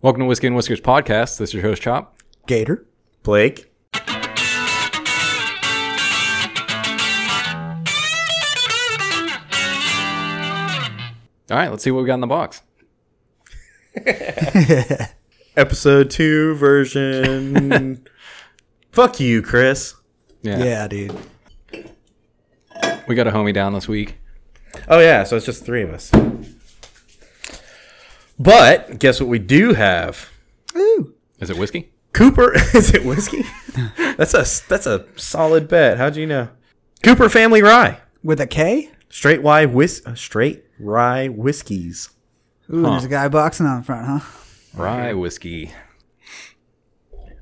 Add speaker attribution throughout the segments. Speaker 1: Welcome to Whiskey and Whiskers podcast. This is your host Chop.
Speaker 2: Gator.
Speaker 3: Blake.
Speaker 1: All right, let's see what we got in the box.
Speaker 3: Episode two version. Fuck you, Chris.
Speaker 1: Yeah,
Speaker 2: Yeah, dude.
Speaker 1: we got a homie down this week.
Speaker 3: Oh yeah, so it's just three of us. But guess what we do have?
Speaker 2: Ooh.
Speaker 1: Is it whiskey?
Speaker 3: Cooper is it whiskey? that's a that's a solid bet. How'd you know? Cooper Family Rye.
Speaker 2: With a K?
Speaker 3: Straight rye whis- uh, straight rye whiskeys.
Speaker 2: Ooh, there's a guy boxing on front, huh?
Speaker 1: Rye whiskey.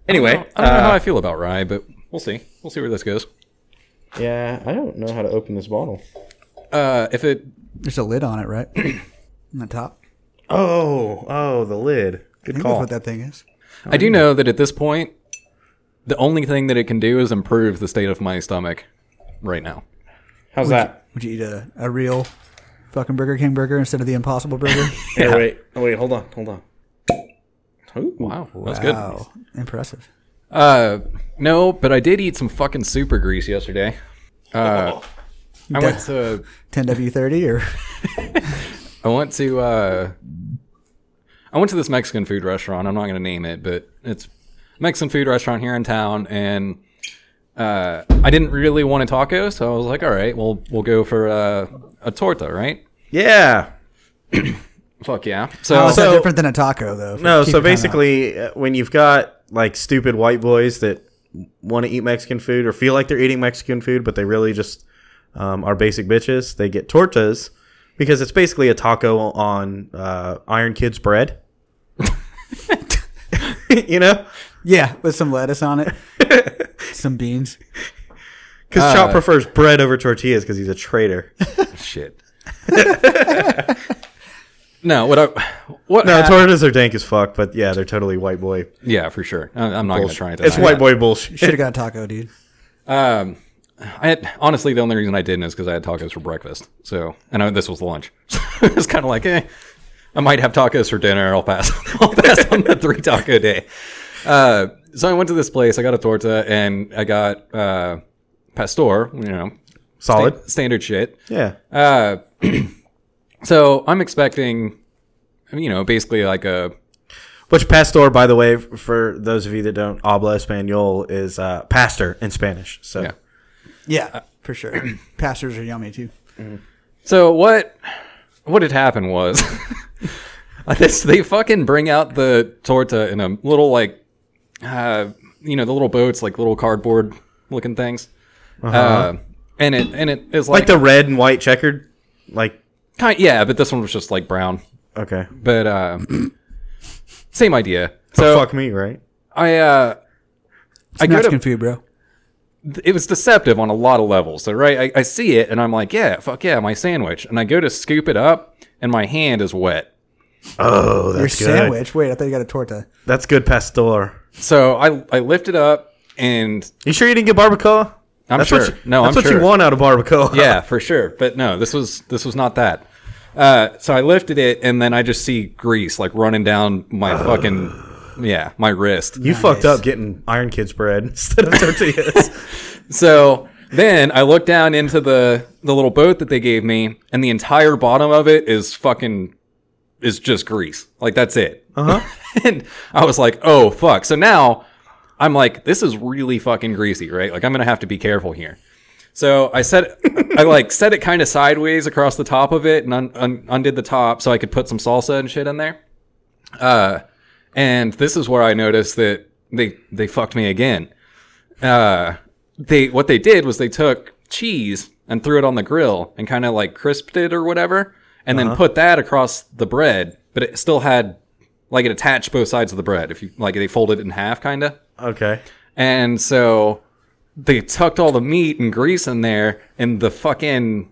Speaker 3: Anyway,
Speaker 1: I don't know
Speaker 3: uh,
Speaker 1: how I feel about rye, but we'll see. We'll see where this goes.
Speaker 3: yeah, I don't know how to open this bottle.
Speaker 1: Uh, if it
Speaker 2: There's a lid on it, right? on the top.
Speaker 3: Oh, oh, the lid.
Speaker 2: I
Speaker 3: Good
Speaker 2: think that's
Speaker 3: call.
Speaker 2: what that thing is.
Speaker 1: I do know that at this point, the only thing that it can do is improve the state of my stomach right now.
Speaker 3: How's that?
Speaker 2: Would you eat a, a real fucking Burger King burger instead of the Impossible Burger?
Speaker 3: Hey, wait, oh, wait, hold on, hold on. Ooh.
Speaker 1: Oh, Wow, that's good.
Speaker 2: wow. Oh, Impressive.
Speaker 1: Uh, no, but I did eat some fucking super grease yesterday. Uh, I went to
Speaker 2: 10W30 or
Speaker 1: I went to uh, I went to this Mexican food restaurant. I'm not going to name it, but it's a Mexican food restaurant here in town, and uh, I didn't really want a taco, so I was like, all right, well, we'll go for uh, a torta, right?
Speaker 3: Yeah.
Speaker 1: Fuck yeah!
Speaker 2: oh,
Speaker 1: So
Speaker 2: is that
Speaker 3: so-
Speaker 2: different than a taco though?
Speaker 3: No,
Speaker 2: Keep your
Speaker 3: so
Speaker 2: time out.
Speaker 3: basically, uh, when you've got like stupid white boys that want to eat Mexican food or feel like they're eating Mexican food, but they really just um, are basic bitches, they get tortas because it's basically a taco on uh, Iron Kids bread. you know?
Speaker 2: Yeah, with some lettuce on it. some beans.
Speaker 3: Because Chop prefers bread over tortillas because he's a traitor.
Speaker 1: shit. no, what I what
Speaker 3: No,
Speaker 1: hap-
Speaker 3: tortas are dank as fuck, but yeah, they're totally white boy.
Speaker 1: yeah for sure. I- I'm not going to try it.
Speaker 3: It's white boy bullshit.
Speaker 2: Should have got a taco, dude.
Speaker 1: Um, I had honestly the only reason I didn't is because I had tacos for breakfast. So and I, this was lunch. So it was kind of like, eh, I might have tacos for dinner. I'll pass. I'll pass on the three taco day. Uh, so I went to this place. I got a torta and I got uh, pastor. You know,
Speaker 3: Solid.
Speaker 1: sta- standard shit.
Speaker 3: Yeah.
Speaker 1: Uh, so I'm expecting, you know, basically like a
Speaker 3: Which pastor, by the way, f- for those of you that don't habla español, is uh, pastor in Spanish. So
Speaker 1: Yeah.
Speaker 2: Yeah, for sure. Pastors are yummy too.
Speaker 1: So what what had happened was this they fucking bring out the torta in a little like uh you know the little boats like little cardboard looking things. uh and it and it is
Speaker 3: Uh-huh. like
Speaker 1: like,
Speaker 3: the red and white checkered, like
Speaker 1: kind yeah, but this one was just like brown.
Speaker 3: okay,
Speaker 1: But uh same idea.
Speaker 3: so,
Speaker 1: So
Speaker 3: fuck me, right?
Speaker 1: I uh I
Speaker 2: It's
Speaker 1: go to-
Speaker 2: Mexican food, bro.
Speaker 1: it was deceptive on a lot of levels. So right, I, I see it and I'm like, yeah, fuck yeah, my sandwich. And I go to scoop it up and my hand is wet.
Speaker 3: Oh,
Speaker 2: Your
Speaker 3: that's good.
Speaker 2: sandwich. Wait, I thought you got a torta.
Speaker 3: That's good, pastor.
Speaker 1: So I I lift it up and
Speaker 3: You sure you didn't get barbacoa?
Speaker 1: I'm
Speaker 3: that's
Speaker 1: sure.
Speaker 3: What you,
Speaker 1: No,
Speaker 3: that's
Speaker 1: I'm
Speaker 3: what
Speaker 1: sure.
Speaker 3: you want out of barbacoa.
Speaker 1: yeah, for sure. But no, this was this was not that. Uh, so I lifted it and then I just see grease like running down my fucking yeah my wrist.
Speaker 3: you fucked up getting Iron Kids bread instead of tortillas.
Speaker 1: So then I look down into the the little boat that they gave me and the entire bottom of it is fucking is just grease. Like that's it. Uh huh. and I was like, oh fuck. So now I'm like, this is really fucking greasy, right? Like I'm gonna have to be careful here. So I set, I like set it kind of sideways across the top of it and un, un, undid the top so I could put some salsa and shit in there. Uh, and this is where I noticed that they they fucked me again. Uh, they what they did was they took cheese and threw it on the grill and kind of like crisped it or whatever, and then put that across the bread, but it still had like it attached both sides of the bread. If you like, they folded it in half, kind of.
Speaker 3: okay,
Speaker 1: And so they tucked all the meat and grease in there, and the fucking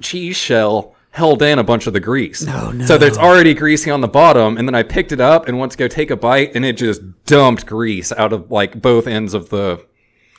Speaker 1: cheese shell held in a bunch of the grease. No, no. So there's already greasy on the bottom, and then I picked it up and went to go take a bite, and it just dumped grease out of like both ends of the.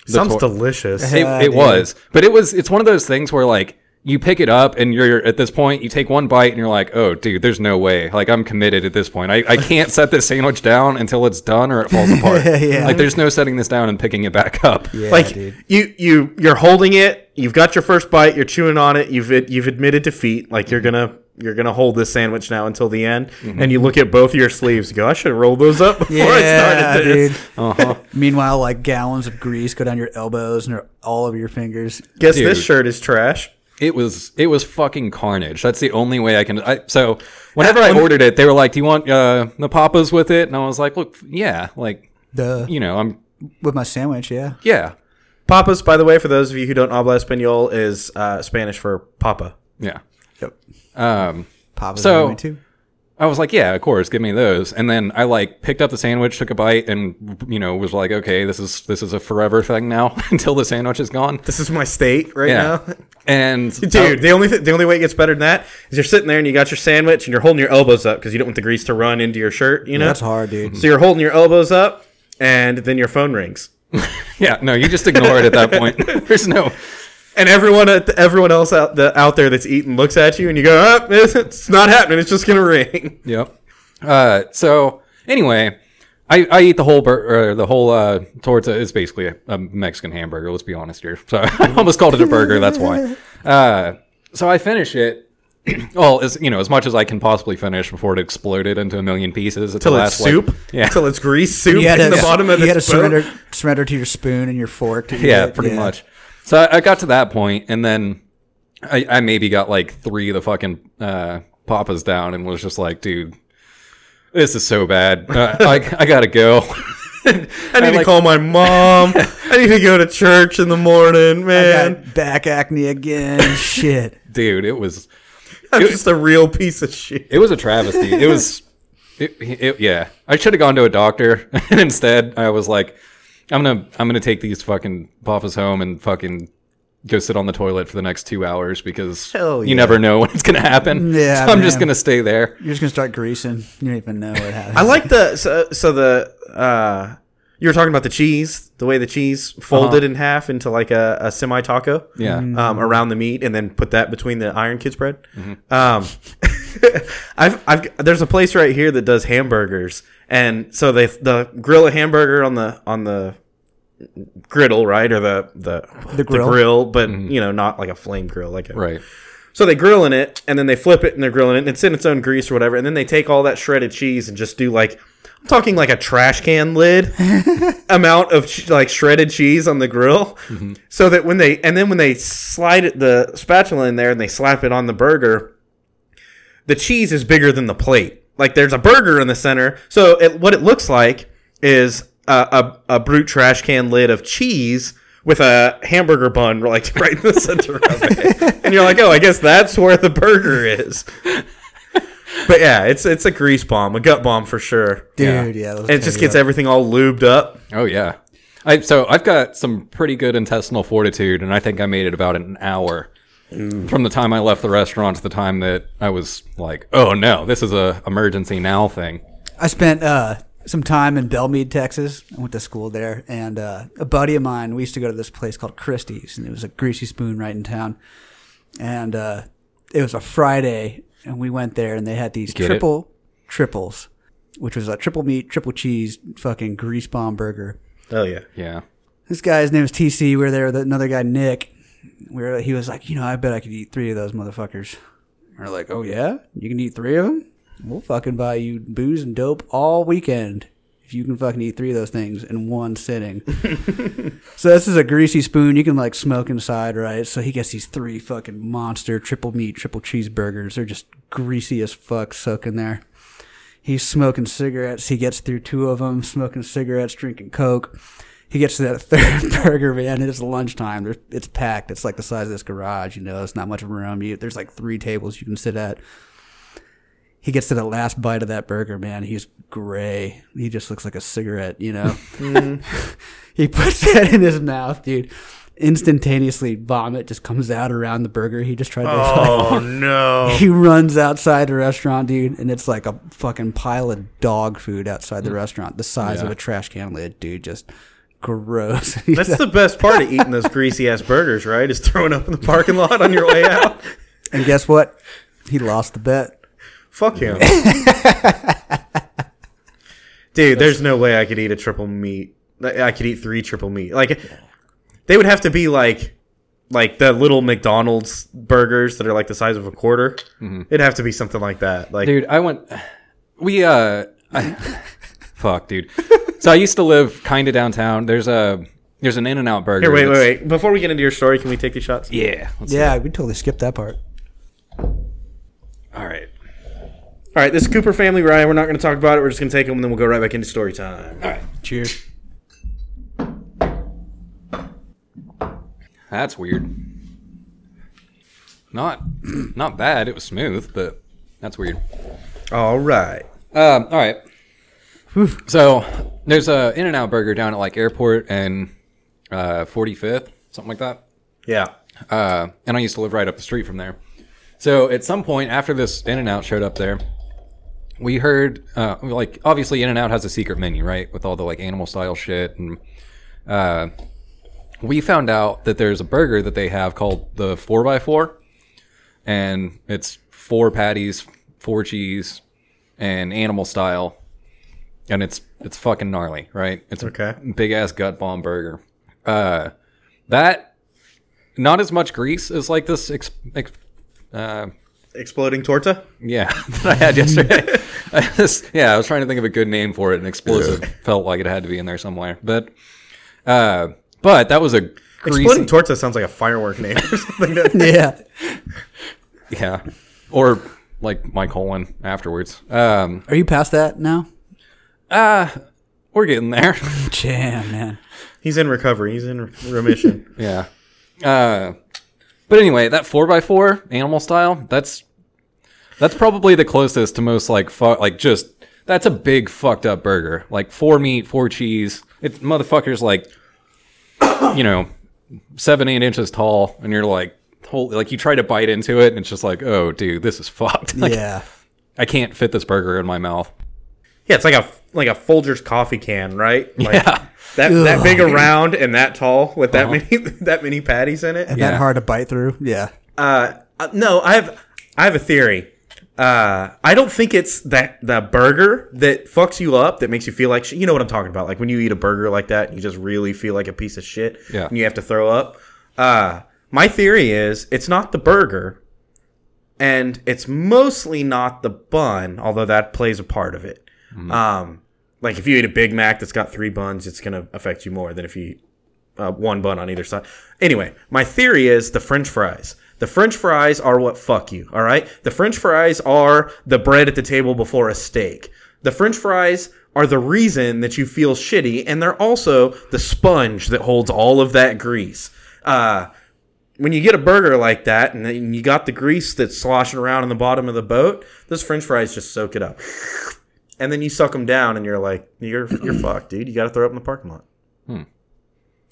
Speaker 3: sounds
Speaker 1: tor-
Speaker 3: delicious.
Speaker 1: It,
Speaker 2: Yeah,
Speaker 1: it
Speaker 2: dude.
Speaker 1: was, but it was. It's one of those things where like you pick it up and you're at this point, you take one bite and you're like, oh, dude, there's no way. Like, I'm committed at this point. I, I can't set this sandwich down until it's done or it falls apart.
Speaker 2: Yeah.
Speaker 1: Like, there's no setting this down and picking it back up.
Speaker 2: Yeah,
Speaker 3: like
Speaker 2: dude.
Speaker 3: you you you're holding it. You've got your first bite. You're chewing on it. You've you've admitted defeat. Like you're
Speaker 2: Mm-hmm.
Speaker 3: gonna you're gonna hold this sandwich now until the end. And you look at both of your sleeves. and Go. I should have rolled those up before I
Speaker 2: Yeah,
Speaker 3: started this.
Speaker 2: dude.
Speaker 1: Uh-huh.
Speaker 2: Meanwhile, like gallons of grease go down your elbows and all over your fingers.
Speaker 3: Guess this
Speaker 1: Dude.
Speaker 3: shirt is trash.
Speaker 1: It was it was fucking carnage. That's the only way I can. I, so whenever I ordered it, they were like, "Do you want uh, the papas with it?" And I was like, "Look, yeah, like
Speaker 2: Duh.
Speaker 1: you know, I'm
Speaker 2: With my sandwich, yeah.
Speaker 1: yeah,
Speaker 3: Papas, by the way, for those of you who don't know habla español, is uh, Spanish for papa.
Speaker 1: yeah."
Speaker 2: Yep.
Speaker 1: Um,
Speaker 2: Papa's
Speaker 1: So-
Speaker 2: so, too.
Speaker 1: I was like, yeah, of course, give me those. And then I like picked up the sandwich, took a bite, and you know was like, okay, this is this is a forever thing now until the sandwich is gone.
Speaker 3: This is my state right
Speaker 1: Yeah,
Speaker 3: now.
Speaker 1: and
Speaker 3: Dude, the only th- the only way it gets better than that is you're sitting there and you got your sandwich and you're holding your elbows up because you don't want the grease to run into your shirt. You know
Speaker 2: That's hard, dude.
Speaker 3: So you're holding your elbows up, and then your phone rings,
Speaker 1: yeah, no, you just ignore it at that point. There's no,
Speaker 3: and everyone at everyone else out the, out there that's eating looks at you, and you go, "Up, it's not happening. It's just gonna ring."
Speaker 1: Yep. Uh, so anyway, I, I eat the whole bur- or the whole uh, torta. It's basically a, a Mexican hamburger. Let's be honest here. So I almost called it a burger. That's why. Uh, so I finish it. Well, as you know, as much as I can possibly finish before it exploded into a million pieces. At the
Speaker 3: Till it's
Speaker 1: last, like-
Speaker 3: soup,
Speaker 1: yeah,
Speaker 3: Till it's grease
Speaker 1: Mm-hmm.
Speaker 3: soup
Speaker 2: You had
Speaker 3: in
Speaker 2: to,
Speaker 3: the bottom of
Speaker 2: you
Speaker 3: this
Speaker 2: had to
Speaker 3: boat.
Speaker 2: surrender, surrender to your spoon and your fork. To eat
Speaker 1: yeah,
Speaker 2: it.
Speaker 1: pretty much. So I, I got to that point, and then I, I maybe got like three of the fucking uh, papas down, and was just like, dude, this is so bad. Uh, I I gotta go.
Speaker 3: I need to
Speaker 1: like-
Speaker 3: call my mom. I need to go to church in the morning,
Speaker 2: I
Speaker 3: man.
Speaker 2: got back acne again. Shit.
Speaker 1: dude it was
Speaker 3: I'm just a real piece of shit.
Speaker 1: it was a travesty it was it, it, yeah i should have gone to a doctor and instead i was like i'm gonna i'm gonna take these fucking papas home and fucking go sit on the toilet for the next two hours because
Speaker 3: Hell yeah.
Speaker 1: you never know when it's gonna happen
Speaker 2: Yeah,
Speaker 1: so i'm just
Speaker 2: man.
Speaker 1: gonna stay there
Speaker 2: You're just gonna start greasing. You don't even know what happened.
Speaker 3: I like the so, so the uh, you were talking about the cheese, the way the cheese
Speaker 2: Uh-huh.
Speaker 3: folded in half into like a, a semi taco,
Speaker 1: Yeah. Mm.
Speaker 3: um, around the meat, and then put that between the iron kids bread. Um, I've I've there's a place right here that does hamburgers, and so they the grill a hamburger on the on the griddle right or the the the
Speaker 2: grill.
Speaker 3: but you know not like a flame grill like a
Speaker 1: right
Speaker 3: so they grill in it, and then they flip it, and they're grilling it, and it's in its own grease or whatever. And then they take all that shredded cheese and just do like I'm talking like a trash can lid amount of ch- like shredded cheese on the grill, so that when they and then when they slide it, the spatula in there and they slap it on the burger, the cheese is bigger than the plate. Like there's a burger in the center, so it, what it looks like is a, a a brute trash can lid of cheese with a hamburger bun like right in the center of it, and you're like, oh, I guess that's where the burger is. But yeah, it's it's a grease bomb, a gut bomb for sure.
Speaker 2: dude. Yeah, those
Speaker 3: And it
Speaker 2: things
Speaker 3: just
Speaker 2: are-
Speaker 3: gets everything all lubed up.
Speaker 1: oh yeah I, so i've got some pretty good intestinal fortitude and i think i made it about an hour from the time i left the restaurant to the time that i was like oh no this is a emergency now thing
Speaker 2: I spent uh, some time in Belmead, Texas. I went to school there, and uh, a buddy of mine, we used to go to this place called Christie's, and it was a greasy spoon right in town. And uh, it was a Friday, and we went there, and they had these
Speaker 1: Get it?
Speaker 2: triple triples, which was a triple meat, triple cheese, fucking grease bomb burger.
Speaker 3: Oh yeah.
Speaker 1: yeah
Speaker 2: This guy's name was TC. We were there with another guy, Nick. We were, he was like, you know, I bet I could eat three of those motherfuckers. We are like, oh yeah, you can eat three of them. We'll fucking buy you booze and dope all weekend if you can fucking eat three of those things in one sitting. so this is a greasy spoon. You can like smoke inside, right? So he gets these three fucking monster triple meat, triple cheeseburgers. They're just greasy as fuck soaking there. He's smoking cigarettes. He gets through two of them, smoking cigarettes, drinking Coke. He gets to that third burger, man. It's lunchtime. There's, it's packed. It's like the size of this garage. You know, it's not much room. You, there's like three tables you can sit at. He gets to the last bite of that burger, man. He's gray. He just looks like a cigarette, you know? he puts that in his mouth, dude. Instantaneously, vomit just comes out around the burger. He just tried to
Speaker 3: Oh no.
Speaker 2: he runs outside the restaurant, dude, and it's like a fucking pile of dog food outside the restaurant, the size of a trash can lid, dude. Just gross.
Speaker 3: That's the best part of eating those greasy ass burgers, right? Is throwing up in the parking lot on your way out.
Speaker 2: and guess what? He lost the bet.
Speaker 3: Fuck him. Dude, there's no way I could eat a triple meat. I I could eat three triple meat. Like they would have to be like like the little McDonald's burgers that are like the size of a quarter. It'd have to be something like that. Like
Speaker 1: dude i went we uh I, fuck dude so i used to live kind of downtown there's a there's an in and out burger
Speaker 3: here, wait, wait,
Speaker 1: that's-
Speaker 3: wait. Before we get into your story, can we take these shots?
Speaker 1: yeah let's-
Speaker 2: Yeah, we totally skipped that part.
Speaker 1: all right
Speaker 3: All right, this is Cooper family Ryan. We're not going to talk about it. We're just going to take them and then we'll go right back into story time.
Speaker 1: all right
Speaker 2: Cheers.
Speaker 1: that's weird not not bad it was smooth but that's weird
Speaker 3: All right.
Speaker 1: Um, all right. So there's a In and Out Burger down at like Airport and uh, 45th, something like that.
Speaker 3: Yeah.
Speaker 1: Uh, and I used to live right up the street from there. So at some point after this In and Out showed up there, we heard uh, like obviously In and Out has a secret menu, right, with all the like animal style shit, and uh, we found out that there's a burger that they have called the four x four, and it's four patties, four cheese, and animal style, and it's it's fucking gnarly, right? It's a
Speaker 3: Okay.
Speaker 1: big ass gut bomb burger. Uh, that not as much grease as like this. Ex- ex- uh,
Speaker 3: Exploding torta?
Speaker 1: yeah, that I had yesterday. I just- yeah, I was trying to think of a good name for it, and explosive felt like it had to be in there somewhere. But, uh, but that was a greasy,
Speaker 3: Exploding torta sounds like a firework name or something. doesn't it?
Speaker 2: Yeah.
Speaker 1: yeah, or like my colon afterwards. Um,
Speaker 2: Are you past that now?
Speaker 1: uh, we're getting there.
Speaker 2: Jam, man.
Speaker 3: He's in recovery. He's in remission.
Speaker 1: yeah. Uh, but anyway, that four x four animal style. That's that's probably the closest to most like fu- like just that's a big fucked up burger. Like four meat, four cheese. It's motherfuckers like you know seven eight inches tall, and you're like holy like you try to bite into it, and it's just like oh dude, this is fucked. Like,
Speaker 2: yeah.
Speaker 1: I can't fit this burger in my mouth.
Speaker 3: yeah, it's like a like a Folgers coffee can, right? Like
Speaker 1: Yeah.
Speaker 3: that
Speaker 2: Ugh.
Speaker 3: that big around and that tall with that many that many patties in it.
Speaker 2: And
Speaker 1: Yeah.
Speaker 2: that hard to bite through. Yeah.
Speaker 3: Uh, uh, no, I have I have a theory. Uh, I don't think it's that the burger that fucks you up that makes you feel like sh- you know what I'm talking about. Like when you eat a burger like that, you just really feel like a piece of shit.
Speaker 1: Yeah.
Speaker 3: and you have to throw up. Uh, my theory is it's not the burger, and it's mostly not the bun, although that plays a part of it. Um, like if you eat a Big Mac that's got three buns, it's gonna affect you more than if you eat uh, one bun on either side. Anyway, my theory is the French fries. The French fries are what fuck you, all right? The French fries are the bread at the table before a steak. The French fries are the reason that you feel shitty, and they're also the sponge that holds all of that grease. Uh, when you get a burger like that, and then you got the grease that's sloshing around in the bottom of the boat, those French fries just soak it up, and then you suck them down, and you're like, you're you're fucked, dude. You got to throw up in the parking lot.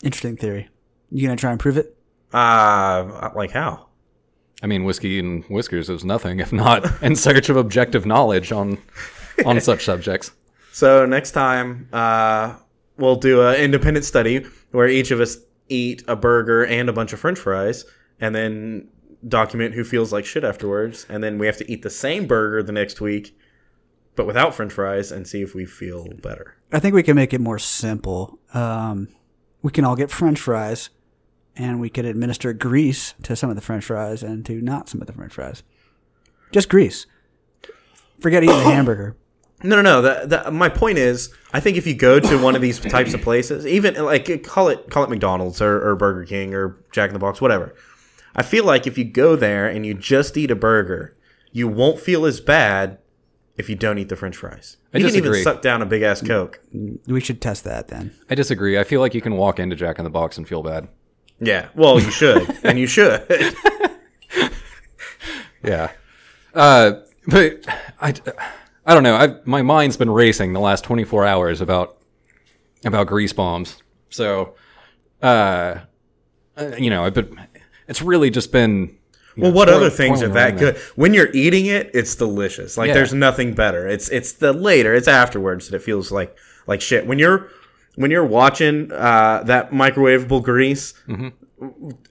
Speaker 2: Interesting theory. You gonna try and prove it?
Speaker 3: Uh, like how?
Speaker 1: I mean, whiskey and whiskers is nothing if not in search of objective knowledge on on such subjects.
Speaker 3: So next time, uh, we'll do an independent study where each of us eat a burger and a bunch of French fries, and then document who feels like shit afterwards. And then we have to eat the same burger the next week, but without French fries, and see if we feel better.
Speaker 2: I think we can make it more simple. Um, we can all get French fries, and we could administer grease to some of the French fries and to not some of the French fries. Just grease. Forget eating the hamburger.
Speaker 3: No, no, no. The, the, my point is, I think if you go to one of these types of places, even like call it call it McDonald's or, or Burger King or Jack in the Box, whatever. I feel like if you go there and you just eat a burger, you won't feel as bad if you don't eat the French fries.
Speaker 1: I
Speaker 3: you can
Speaker 1: disagree. Mm.
Speaker 3: even suck down a big ass Coke.
Speaker 2: We should test that then.
Speaker 1: I disagree. I feel like you can walk into Jack in the Box and feel bad.
Speaker 3: Yeah, well, you should, and you should.
Speaker 1: Yeah. Uh, but I, I don't know. I my mind's been racing the last 24 hours about about grease bombs. So, uh, uh, you know, I've been. It's really just been. you
Speaker 3: Well,
Speaker 1: know,
Speaker 3: what
Speaker 1: twirl-
Speaker 3: other things are
Speaker 1: twirling
Speaker 3: that
Speaker 1: around
Speaker 3: good? When you're eating it, it's delicious. Like
Speaker 1: Yeah.
Speaker 3: there's nothing better. It's it's the later, it's afterwards that it feels like like shit. When you're when you're watching uh, that microwavable grease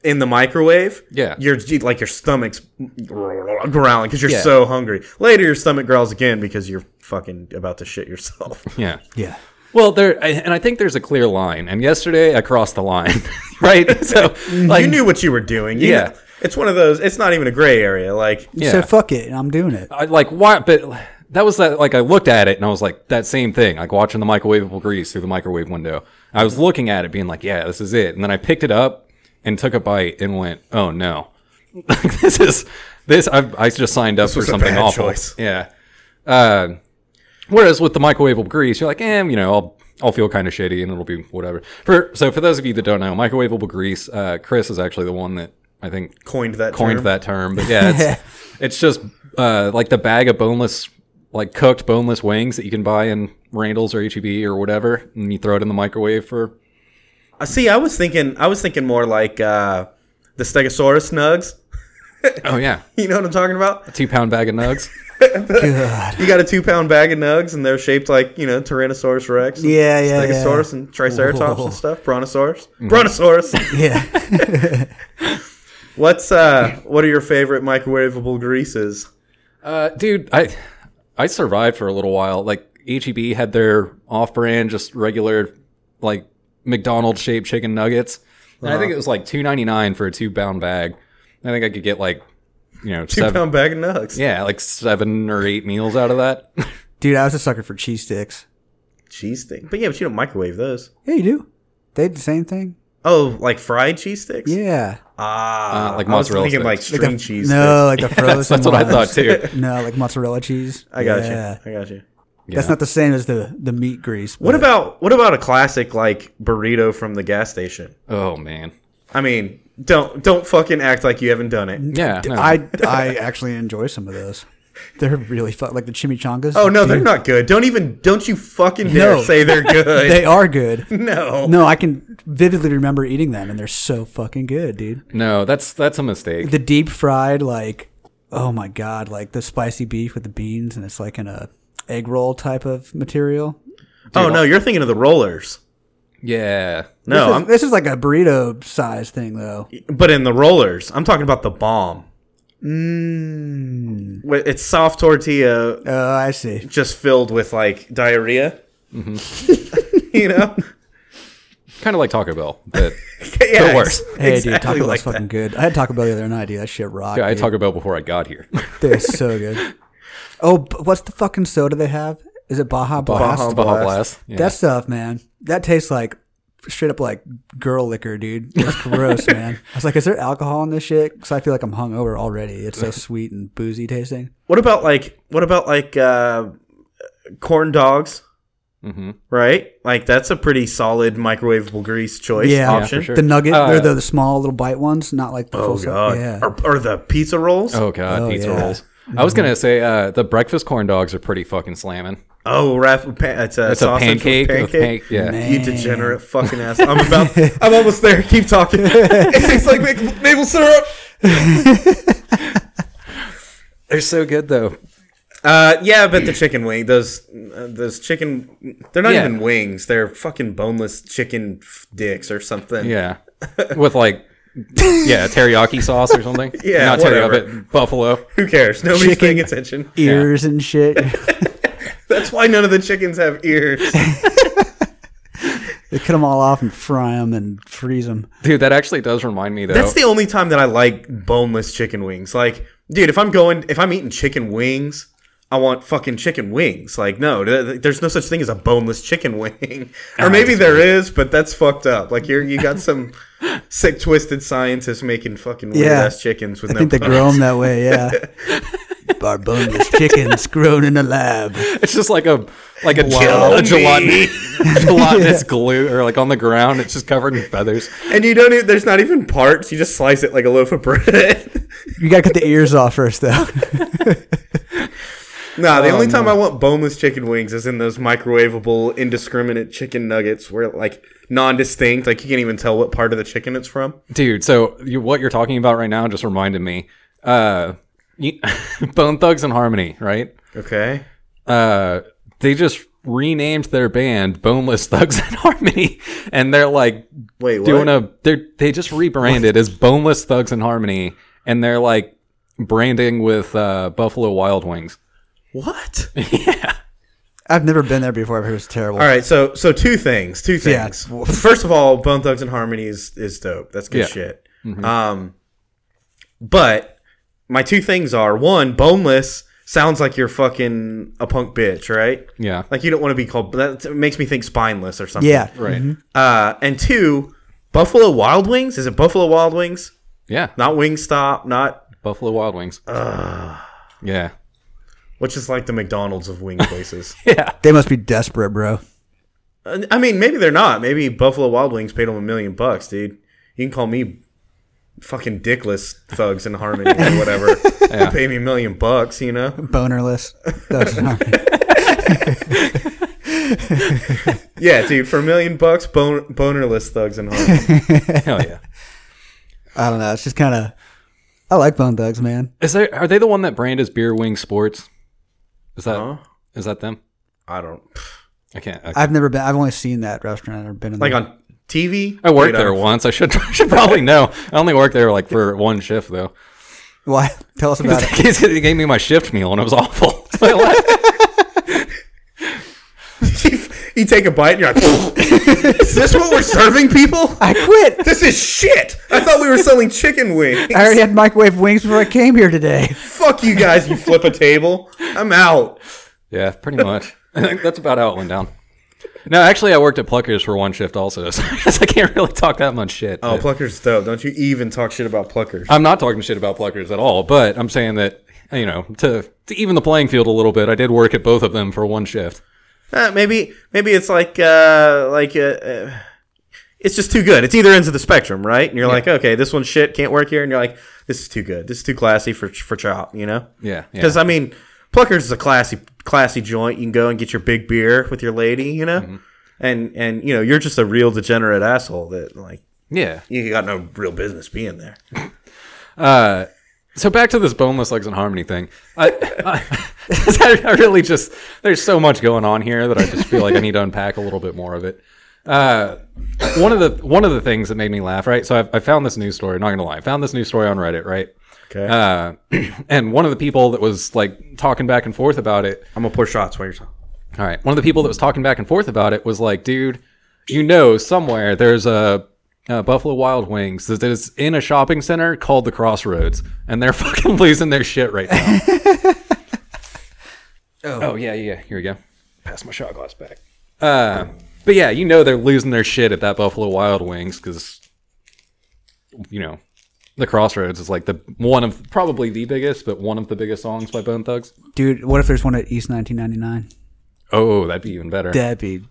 Speaker 3: in the microwave,
Speaker 1: Mm-hmm. Yeah.
Speaker 3: your like your stomach's growling because you're
Speaker 1: Yeah.
Speaker 3: so hungry. Later, your stomach growls again because you're fucking about to shit yourself.
Speaker 1: Yeah.
Speaker 2: Yeah.
Speaker 1: Well, there, I- and I think there's a clear line. And yesterday I crossed the line, right? So, like,
Speaker 3: you knew what you were doing. You
Speaker 1: Yeah.
Speaker 3: kn- it's one of those. It's not even a gray area. Like
Speaker 2: You said fuck it, and I'm doing it.
Speaker 1: I, like why? But that was that. Like I looked at it and I was like that same thing. Like watching the microwavable grease through the microwave window. I was looking at it, being like, "Yeah, this is it." And then I picked it up and took a bite and went, "Oh no, this is this." I, I just signed up for
Speaker 3: was a
Speaker 1: something
Speaker 3: bad
Speaker 1: awful.
Speaker 3: choice.
Speaker 1: Yeah. Uh, whereas with the microwavable grease, you're like, "Eh, you know, I'll." I'll feel kind of shitty, and it'll be whatever. For so, for those of you that don't know, microwavable grease, uh, Chris is actually the one that I think
Speaker 3: coined that.
Speaker 1: coined
Speaker 3: term.
Speaker 1: that term, but yeah, it's, it's just uh, like the bag of boneless, like cooked boneless wings that you can buy in Randall's or HEB or whatever, and you throw it in the microwave for.
Speaker 3: Uh, See, I was thinking. I was thinking more like uh, the Stegosaurus nugs.
Speaker 1: Oh yeah,
Speaker 3: You know what I'm talking about?
Speaker 1: two pound bag of nugs.
Speaker 2: God.
Speaker 3: You got a two pound bag of nugs, and they're shaped like you know Tyrannosaurus Rex, and
Speaker 2: Yeah, yeah, yeah.
Speaker 3: Stegosaurus, and Triceratops
Speaker 2: Whoa.
Speaker 3: and stuff. Brontosaurus,
Speaker 1: Mm-hmm.
Speaker 3: Brontosaurus.
Speaker 2: Yeah.
Speaker 3: What's uh? What are your favorite microwavable greases?
Speaker 1: Uh, dude, I I survived for a little while. Like HEB had their off-brand, just regular, like McDonald's shaped chicken nuggets, and I think it was like two ninety nine for a two pound bag. I think I could get like, you know,
Speaker 3: Two pound
Speaker 1: seven.
Speaker 3: bag of nugs.
Speaker 1: Yeah, like seven or eight meals out of that.
Speaker 2: Dude, I was a sucker for cheese sticks.
Speaker 3: Cheese stick. But yeah, but you don't microwave those.
Speaker 2: Yeah, you do. They did the same thing.
Speaker 3: Oh, like fried cheese sticks?
Speaker 2: Yeah.
Speaker 3: Ah,
Speaker 1: Uh, like
Speaker 3: I was
Speaker 1: mozzarella
Speaker 3: thinking like
Speaker 1: sticks.
Speaker 3: string
Speaker 2: the,
Speaker 3: cheese.
Speaker 2: No, like the frozen
Speaker 1: that's, that's what I thought
Speaker 2: ones.
Speaker 1: too.
Speaker 2: No, like mozzarella cheese.
Speaker 3: sticks. I got
Speaker 2: Yeah.
Speaker 3: you. I got you.
Speaker 2: That's not the same as the the meat grease.
Speaker 3: What
Speaker 2: but-
Speaker 3: about what about a classic like burrito from the gas station?
Speaker 1: Oh man.
Speaker 3: I mean, don't don't fucking act like you haven't done it.
Speaker 1: Yeah. no.
Speaker 2: I I actually enjoy some of those. They're really fun, like the chimichangas.
Speaker 3: Oh no,
Speaker 2: Dude,
Speaker 3: they're not good. Don't even don't you fucking dare
Speaker 2: No.
Speaker 3: say they're good.
Speaker 2: They are good.
Speaker 3: no.
Speaker 2: No, I can vividly remember eating them, and they're so fucking good, dude.
Speaker 1: no, that's that's a mistake.
Speaker 2: The deep fried, like, oh my god, like the spicy beef with the beans, and it's like in a egg roll type of material.
Speaker 3: oh no, you're thinking of the rollers.
Speaker 1: Yeah.
Speaker 3: No,
Speaker 2: this is,
Speaker 3: I'm,
Speaker 2: this is like a burrito size thing, though.
Speaker 3: but in the rollers, I'm talking about the bomb.
Speaker 2: Mmm.
Speaker 3: Wh- It's soft tortilla
Speaker 2: Oh, I see.
Speaker 3: just filled with like diarrhea.
Speaker 2: Mm-hmm.
Speaker 3: you know,
Speaker 1: Kind of like Taco Bell, but
Speaker 3: yeah,
Speaker 1: The worst.
Speaker 3: ex-
Speaker 2: Hey, dude,
Speaker 3: exactly
Speaker 2: Taco Bell's
Speaker 3: like
Speaker 2: fucking good. I had Taco Bell the other night, dude. That shit rocked.
Speaker 1: I had
Speaker 2: dude.
Speaker 1: Taco Bell before I got here.
Speaker 2: They're so good. Oh, b- what's the fucking soda they have? Is it Baja Blast?
Speaker 1: Baja Blast. Yeah.
Speaker 2: That stuff, man. That tastes like straight up like girl liquor, dude. It's gross, man. I was like, is there alcohol in this shit? Because I feel like I'm hungover already. It's so sweet and boozy tasting.
Speaker 3: What about like what about like uh, corn dogs?
Speaker 2: Mm-hmm.
Speaker 1: hmm
Speaker 3: Right, like that's a pretty solid microwavable grease choice
Speaker 2: Yeah. Yeah, for
Speaker 3: option.
Speaker 1: sure.
Speaker 2: The nugget,
Speaker 1: Uh,
Speaker 2: they're the, the small little bite ones, not like the
Speaker 3: Oh
Speaker 2: full.
Speaker 3: god,
Speaker 2: Yeah.
Speaker 3: or, or the pizza rolls. Oh,
Speaker 1: Oh god,
Speaker 2: Oh,
Speaker 1: pizza
Speaker 2: yeah.
Speaker 1: rolls. I was gonna say uh, the breakfast corn dogs are pretty fucking slamming.
Speaker 3: Oh, wrap pa- it's a
Speaker 1: That's a
Speaker 3: sausage
Speaker 1: pancake.
Speaker 3: with
Speaker 1: With
Speaker 3: pancake.
Speaker 1: pan- yeah.
Speaker 2: Man.
Speaker 3: You degenerate fucking ass! I'm about, I'm almost there. Keep talking. it tastes like maple, maple syrup.
Speaker 1: They're so good though.
Speaker 3: Uh, yeah, but the chicken wing, those, uh, those chicken, they're not
Speaker 1: Yeah.
Speaker 3: even wings. They're fucking boneless chicken f- dicks or something.
Speaker 1: Yeah. With like, yeah, teriyaki sauce or something.
Speaker 3: Yeah,
Speaker 1: Not
Speaker 3: whatever.
Speaker 1: teriyaki, but buffalo.
Speaker 3: Who cares? Nobody's
Speaker 2: Chicken.
Speaker 3: paying attention.
Speaker 2: Ears and shit.
Speaker 3: That's why none of the chickens have ears.
Speaker 2: they cut them all off and fry them and freeze them.
Speaker 1: Dude, that actually does remind me though.
Speaker 3: That's the only time that I like boneless chicken wings. Like, dude, if I'm going, if I'm eating chicken wings, I want fucking chicken wings. Like, no, th- th- there's no such thing as a boneless chicken wing. or maybe there is, but that's fucked up. Like, you're you got some sick, twisted scientists making fucking weird
Speaker 2: Yeah.
Speaker 3: ass chickens with
Speaker 2: I
Speaker 3: no.
Speaker 2: think they
Speaker 3: bones.
Speaker 2: grow them that way, yeah. Barboneless chickens grown in a lab.
Speaker 1: It's just like a like a,
Speaker 3: Kill
Speaker 1: gel, a
Speaker 3: me.
Speaker 1: gelatin- gelatinous glue or like on the ground. It's just covered in feathers.
Speaker 3: And you don't. Even, there's not even parts. You just slice it like a loaf of bread.
Speaker 2: You gotta cut the ears off first, though.
Speaker 3: nah,
Speaker 2: Oh,
Speaker 3: the only time I want boneless chicken wings is in those microwavable, indiscriminate chicken nuggets where like non-distinct, like you can't even tell what part of the chicken it's from.
Speaker 1: dude so you, what you're talking about right now just reminded me uh you, bone thugs and harmony right
Speaker 3: Okay.
Speaker 1: uh they just renamed their band Boneless Thugs and Harmony, and they're like
Speaker 3: Wait, what?
Speaker 1: doing a they they just rebranded as Boneless Thugs and Harmony, and they're like branding with uh, Buffalo Wild Wings.
Speaker 3: what?
Speaker 2: I've never been there before. I've heard it's terrible.
Speaker 3: All right, so so two things, two
Speaker 2: Yeah.
Speaker 3: things. First of all, Bone Thugs and Harmony is, is dope. That's good
Speaker 1: Yeah.
Speaker 3: shit. Um, but my two things are one, boneless sounds like you're fucking a punk bitch, right?
Speaker 1: Yeah,
Speaker 3: Like you don't want to be called. That makes me think spineless or something.
Speaker 2: Yeah.
Speaker 1: right.
Speaker 3: Uh, and two, Buffalo Wild Wings. Is it Buffalo Wild Wings?
Speaker 1: Yeah,
Speaker 3: Not Wingstop. Not
Speaker 1: Buffalo Wild Wings. yeah,
Speaker 3: which is like the McDonald's of wing places.
Speaker 1: yeah.
Speaker 2: They must be desperate, bro.
Speaker 3: Uh, I mean, maybe they're not. Maybe Buffalo Wild Wings paid them a million bucks, dude. You can call me fucking dickless thugs in harmony or whatever. Pay me a million bucks, you know?
Speaker 2: Bonerless. That's not-
Speaker 3: Yeah, dude, for a million bucks, bon- bonerless thugs in harmony.
Speaker 1: Hell yeah.
Speaker 2: I don't know. It's just kind of. I like Bone Thugs, man.
Speaker 1: Is there are they the one that brand is Beer Wing Sports? Is that is
Speaker 3: Huh?
Speaker 1: that them?
Speaker 3: I don't
Speaker 1: I can't. I,
Speaker 2: I've never been. I've only seen that restaurant. I've never been in
Speaker 3: like
Speaker 2: there.
Speaker 3: on TV.
Speaker 1: I worked
Speaker 3: Dude,
Speaker 1: there once. I should should probably know. I only worked there like for one shift though.
Speaker 2: Why? Tell us about it.
Speaker 1: They gave me my shift meal and it was awful. So I left.
Speaker 3: you take a bite and you're like, is this what we're serving people?
Speaker 2: I quit.
Speaker 3: This is shit. I thought we were selling chicken wings.
Speaker 2: I already had microwave wings before I came here today.
Speaker 3: Fuck you guys. You flip a table. I'm out.
Speaker 1: yeah, pretty much. I think that's about how it went down. No, actually, I worked at Pluckers for one shift also, so I guess I can't really talk that much shit.
Speaker 3: Oh,
Speaker 1: but-
Speaker 3: Plucker's dope. Don't you even talk shit about Plucker.
Speaker 1: I'm not talking shit about Pluckers at all, but I'm saying that you know to to even the playing field a little bit. I did work at both of them for one shift.
Speaker 3: Uh, maybe maybe it's like uh, like uh, uh, it's just too good. It's either ends of the spectrum, right? And you're like, okay, this one's shit, can't work here. And you're like, this is too good. This is too classy for for chop, you know?
Speaker 1: Yeah, yeah.
Speaker 3: Because I mean, Plucker's is a classy classy joint. You can go and get your big beer with your lady, you know. And and you know you're just a real degenerate asshole that like
Speaker 1: Yeah.
Speaker 3: you got no real business being there.
Speaker 1: So back to this boneless legs and harmony thing. I, I, I really just there's so much going on here that I just feel like I need to unpack a little bit more of it. Uh, one of the one of the things that made me laugh, right? So I, I found this news story. Not gonna lie, I found this news story on Reddit, right?
Speaker 3: Okay,
Speaker 1: Uh, and one of the people that was like talking back and forth about it
Speaker 3: I'm gonna pour shots while you're talking.
Speaker 1: all right. One of the people that was talking back and forth about it was like, dude, you know, somewhere there's a, a Buffalo Wild Wings that is in a shopping center called the Crossroads, and they're fucking losing their shit right now. oh. yeah, yeah. Here we go. Pass my shot glass back. Uh, but yeah, you know they're losing their shit at that Buffalo Wild Wings because, you know, the Crossroads is like the one of probably the biggest, but one of the biggest songs by Bone Thugs.
Speaker 2: Dude, what if there's one at East 1999?
Speaker 1: Oh, that'd be even better.
Speaker 2: That'd be,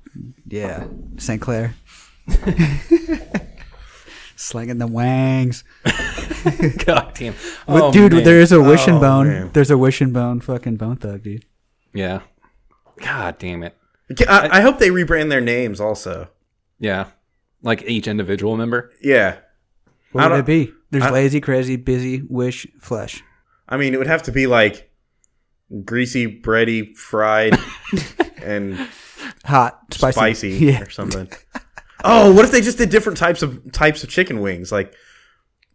Speaker 2: yeah, St. Clair. Slinging the wangs.
Speaker 1: God damn.
Speaker 2: But
Speaker 1: Oh,
Speaker 2: dude,
Speaker 1: man.
Speaker 2: there is a wish and
Speaker 3: Oh,
Speaker 2: bone.
Speaker 3: man.
Speaker 2: There's a wish and bone fucking bone thug, dude.
Speaker 1: Yeah. God damn it.
Speaker 3: I, I hope they rebrand their names also.
Speaker 1: Yeah. Like each individual member.
Speaker 3: Yeah, I
Speaker 2: What would
Speaker 3: don't-
Speaker 2: it be? There's
Speaker 3: I-
Speaker 2: lazy, crazy, busy, wish, flesh.
Speaker 3: I mean, it would have to be like greasy, bready, fried, and
Speaker 2: Hot, spicy.
Speaker 3: spicy
Speaker 2: Yeah.
Speaker 3: or something. Oh, what if they just did different types of types of chicken wings, like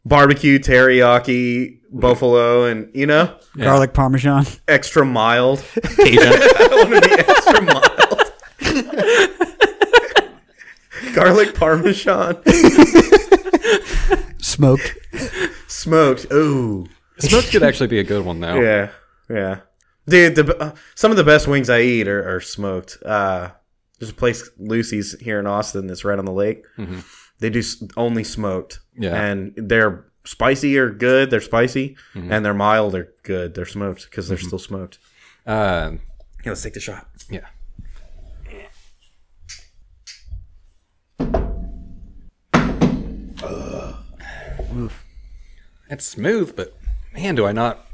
Speaker 3: barbecue, teriyaki, buffalo, and you know,
Speaker 2: Garlic parmesan.
Speaker 3: extra mild.
Speaker 1: Cajun.
Speaker 3: I want to be extra mild. Garlic parmesan,
Speaker 2: Smoked.
Speaker 3: smoked. Ooh,
Speaker 1: Smoked could actually be a good one though.
Speaker 3: yeah, yeah. Dude, the, uh, some of the best wings I eat are, are smoked. Uh, there's a place Lucy's here in Austin that's right on the lake.
Speaker 1: Mhm.
Speaker 3: They do s- only smoked.
Speaker 1: Yeah.
Speaker 3: and they're spicy or good. They're spicy,
Speaker 1: Mhm.
Speaker 3: and they're mild or good. They're smoked because they're still smoked.
Speaker 1: Uh,
Speaker 3: Mm-hmm. Yeah, let's take the shot.
Speaker 1: yeah. It's smooth, but man, do I not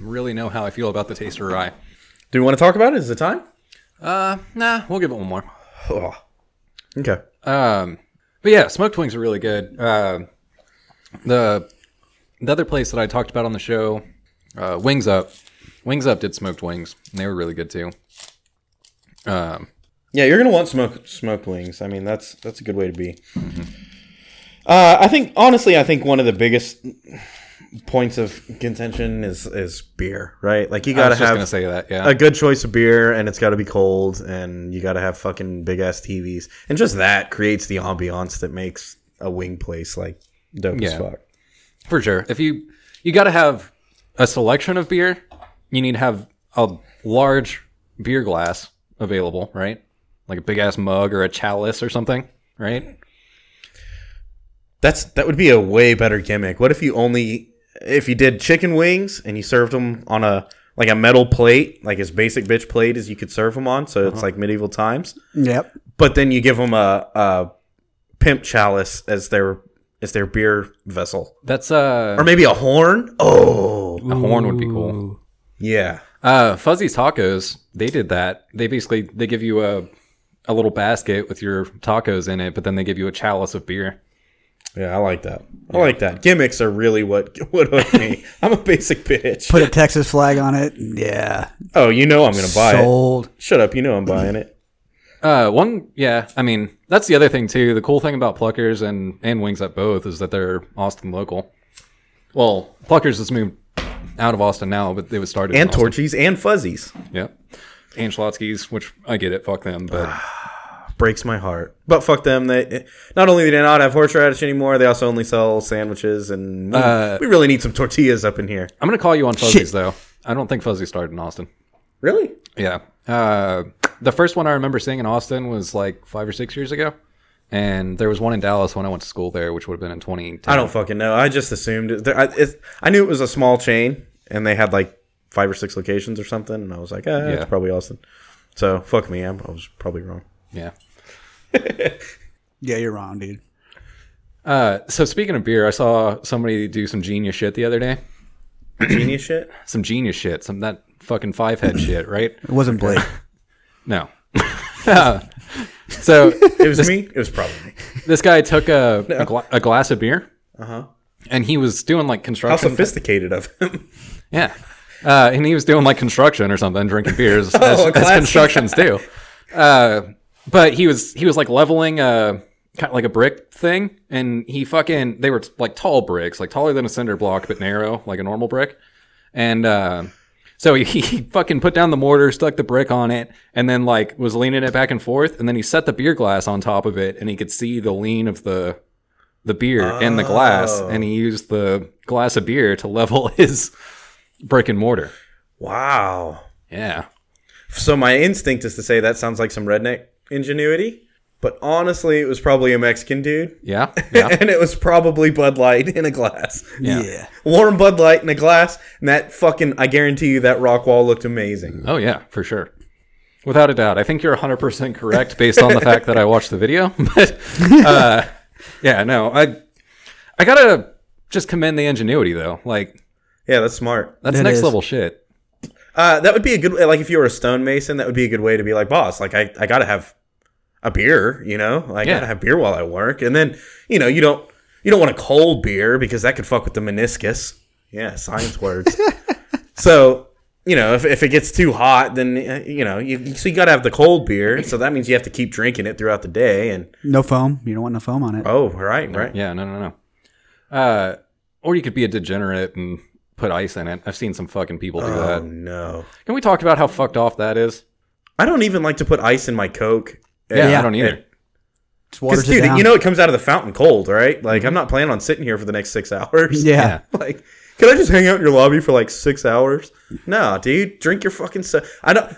Speaker 1: really know how I feel about the taste of rye.
Speaker 3: Do we want to talk about it? Is it time?
Speaker 1: Uh, nah, we'll give it one more.
Speaker 3: Oh. Okay.
Speaker 1: Um, but yeah, smoked wings are really good. Uh, the the other place that I talked about on the show, uh, Wings Up, Wings Up did smoked wings. And they were really good too. Um,
Speaker 3: Yeah, you're gonna want smoke smoked wings. I mean, that's that's a good way to be.
Speaker 1: Mm-hmm.
Speaker 3: Uh, I think honestly, I think one of the biggest points of contention is is beer, right? Like you
Speaker 1: I
Speaker 3: gotta
Speaker 1: was just
Speaker 3: have
Speaker 1: gonna say that. Yeah.
Speaker 3: a good choice of beer, and it's gotta be cold, and you gotta have fucking big ass TVs, and just that creates the ambiance that makes a wing place like dope as
Speaker 1: Yeah.
Speaker 3: fuck.
Speaker 1: For sure. If you you got to have a selection of beer, you need to have a large beer glass available, right? Like a big ass mug or a chalice or something, right?
Speaker 3: That's that would be a way better gimmick. What if you only if you did chicken wings and you served them on a like a metal plate, like as basic bitch plate as you could serve them on, so it's like medieval times.
Speaker 2: Yep.
Speaker 3: But then you give them a, a pimp chalice as their as their beer vessel,
Speaker 1: That's uh
Speaker 3: or maybe a horn. Oh,
Speaker 1: a horn would be cool.
Speaker 3: yeah.
Speaker 1: Uh Fuzzy's Tacos, they did that. They basically they give you a a little basket with your tacos in it, but then they give you a chalice of beer.
Speaker 3: Yeah, I like that. I like that. Gimmicks are really what what hooked me. I'm a basic bitch.
Speaker 2: Put a Texas flag on it. Yeah.
Speaker 3: oh, you know I'm gonna buy it.
Speaker 2: Sold.
Speaker 3: Shut up, you know I'm buying it.
Speaker 1: Uh, one, yeah. I mean, that's the other thing too. The cool thing about Pluckers and and Wings Up both is that they're Austin local. Well, Pluckers has moved out of Austin now, but they was started
Speaker 3: And
Speaker 1: in Austin.
Speaker 3: torchies and fuzzies.
Speaker 1: Yep. And Schlotsky's, which I get it, fuck them, but
Speaker 3: breaks my heart. But fuck them. They not only do they not have horseradish anymore, they also only sell sandwiches, and we,
Speaker 1: Uh,
Speaker 3: we really need some tortillas up in here.
Speaker 1: I'm gonna call you on Fuzzies though. I don't think Fuzzy started in Austin.
Speaker 3: Really?
Speaker 1: Yeah. Uh, the first one I remember seeing in Austin was like five or six years ago, and there was one in Dallas when I went to school there, which would have been in 2010.
Speaker 3: I don't fucking know. I just assumed. It, there- I, it's I knew it was a small chain, and they had like five or six locations or something, and I was like, eh,
Speaker 1: Yeah.
Speaker 3: it's probably Austin. So fuck me. I'm, I was probably wrong.
Speaker 1: Yeah.
Speaker 2: Yeah, you're wrong, dude.
Speaker 1: Uh, so speaking of beer, I saw somebody do some genius shit the other day.
Speaker 3: Genius shit.
Speaker 1: some genius shit, some that fucking five head shit, right?
Speaker 2: It wasn't Blake.
Speaker 1: No. so
Speaker 3: It was me. It was probably me.
Speaker 1: this guy took a a, gla- a glass of beer, and he was doing like
Speaker 3: Uh-huh. How
Speaker 1: construction.
Speaker 3: sophisticated of him.
Speaker 1: yeah, uh, and he was doing like construction or something, drinking beers as,
Speaker 3: Oh, a
Speaker 1: as
Speaker 3: classic.
Speaker 1: constructions do. Uh, but he was he was like leveling a kind of like a brick thing, and he fucking they were like tall bricks, like taller than a cinder block, but narrow like a normal brick, and. Uh, So he, he fucking put down the mortar, stuck the brick on it, and then like was leaning it back and forth, and then he set the beer glass on top of it, and he could see the lean of the the beer and the glass, and he used the glass of beer to level his brick and mortar.
Speaker 3: Wow.
Speaker 1: Yeah.
Speaker 3: So my instinct is to say that sounds like some redneck ingenuity, but honestly, it was probably a Mexican dude.
Speaker 1: Yeah. Yeah.
Speaker 3: and it was probably Bud Light in a glass.
Speaker 1: Yeah.
Speaker 2: yeah.
Speaker 3: Warm Bud Light in a glass, and that fucking, I guarantee you, that rock wall looked amazing.
Speaker 1: oh yeah, for sure. Without a doubt. I think you're 100% correct based on the fact that I watched the video, but uh, yeah, no. I I got to just commend the ingenuity though. Like
Speaker 3: Yeah, that's smart.
Speaker 1: that's
Speaker 2: That
Speaker 1: next
Speaker 2: is.
Speaker 1: level shit.
Speaker 3: Uh, that would be a good, like, if you were a stonemason, that would be a good way to be like, boss, like, I, I gotta have a beer, you know? I
Speaker 1: Yeah.
Speaker 3: gotta have beer while I work. And then, you know, you don't, you don't want a cold beer because that could fuck with the meniscus. Yeah, science words. so, you know, if, if it gets too hot, then, uh, you know, you, so you gotta have the cold beer. So that means you have to keep drinking it throughout the day. And,
Speaker 2: No foam. You don't want no foam on it.
Speaker 3: oh, right, right.
Speaker 1: Yeah, no, no, no. Uh, or you could be a degenerate and put ice in it. I've seen some fucking people do
Speaker 3: Oh
Speaker 2: Um,
Speaker 1: that.
Speaker 3: no!
Speaker 1: Can we talk about how fucked off that is?
Speaker 3: I don't even like to put ice in my Coke.
Speaker 1: Yeah,
Speaker 2: Yeah.
Speaker 1: I don't either.
Speaker 2: It's
Speaker 3: Because
Speaker 2: waters it
Speaker 3: dude,
Speaker 2: down.
Speaker 3: you know it comes out of the fountain cold, right? Like I'm not planning on sitting here for the next six hours.
Speaker 2: yeah.
Speaker 1: Yeah.
Speaker 3: Like, can I just hang out in your lobby for like six hours? No, dude. Drink your fucking stuff. I don't.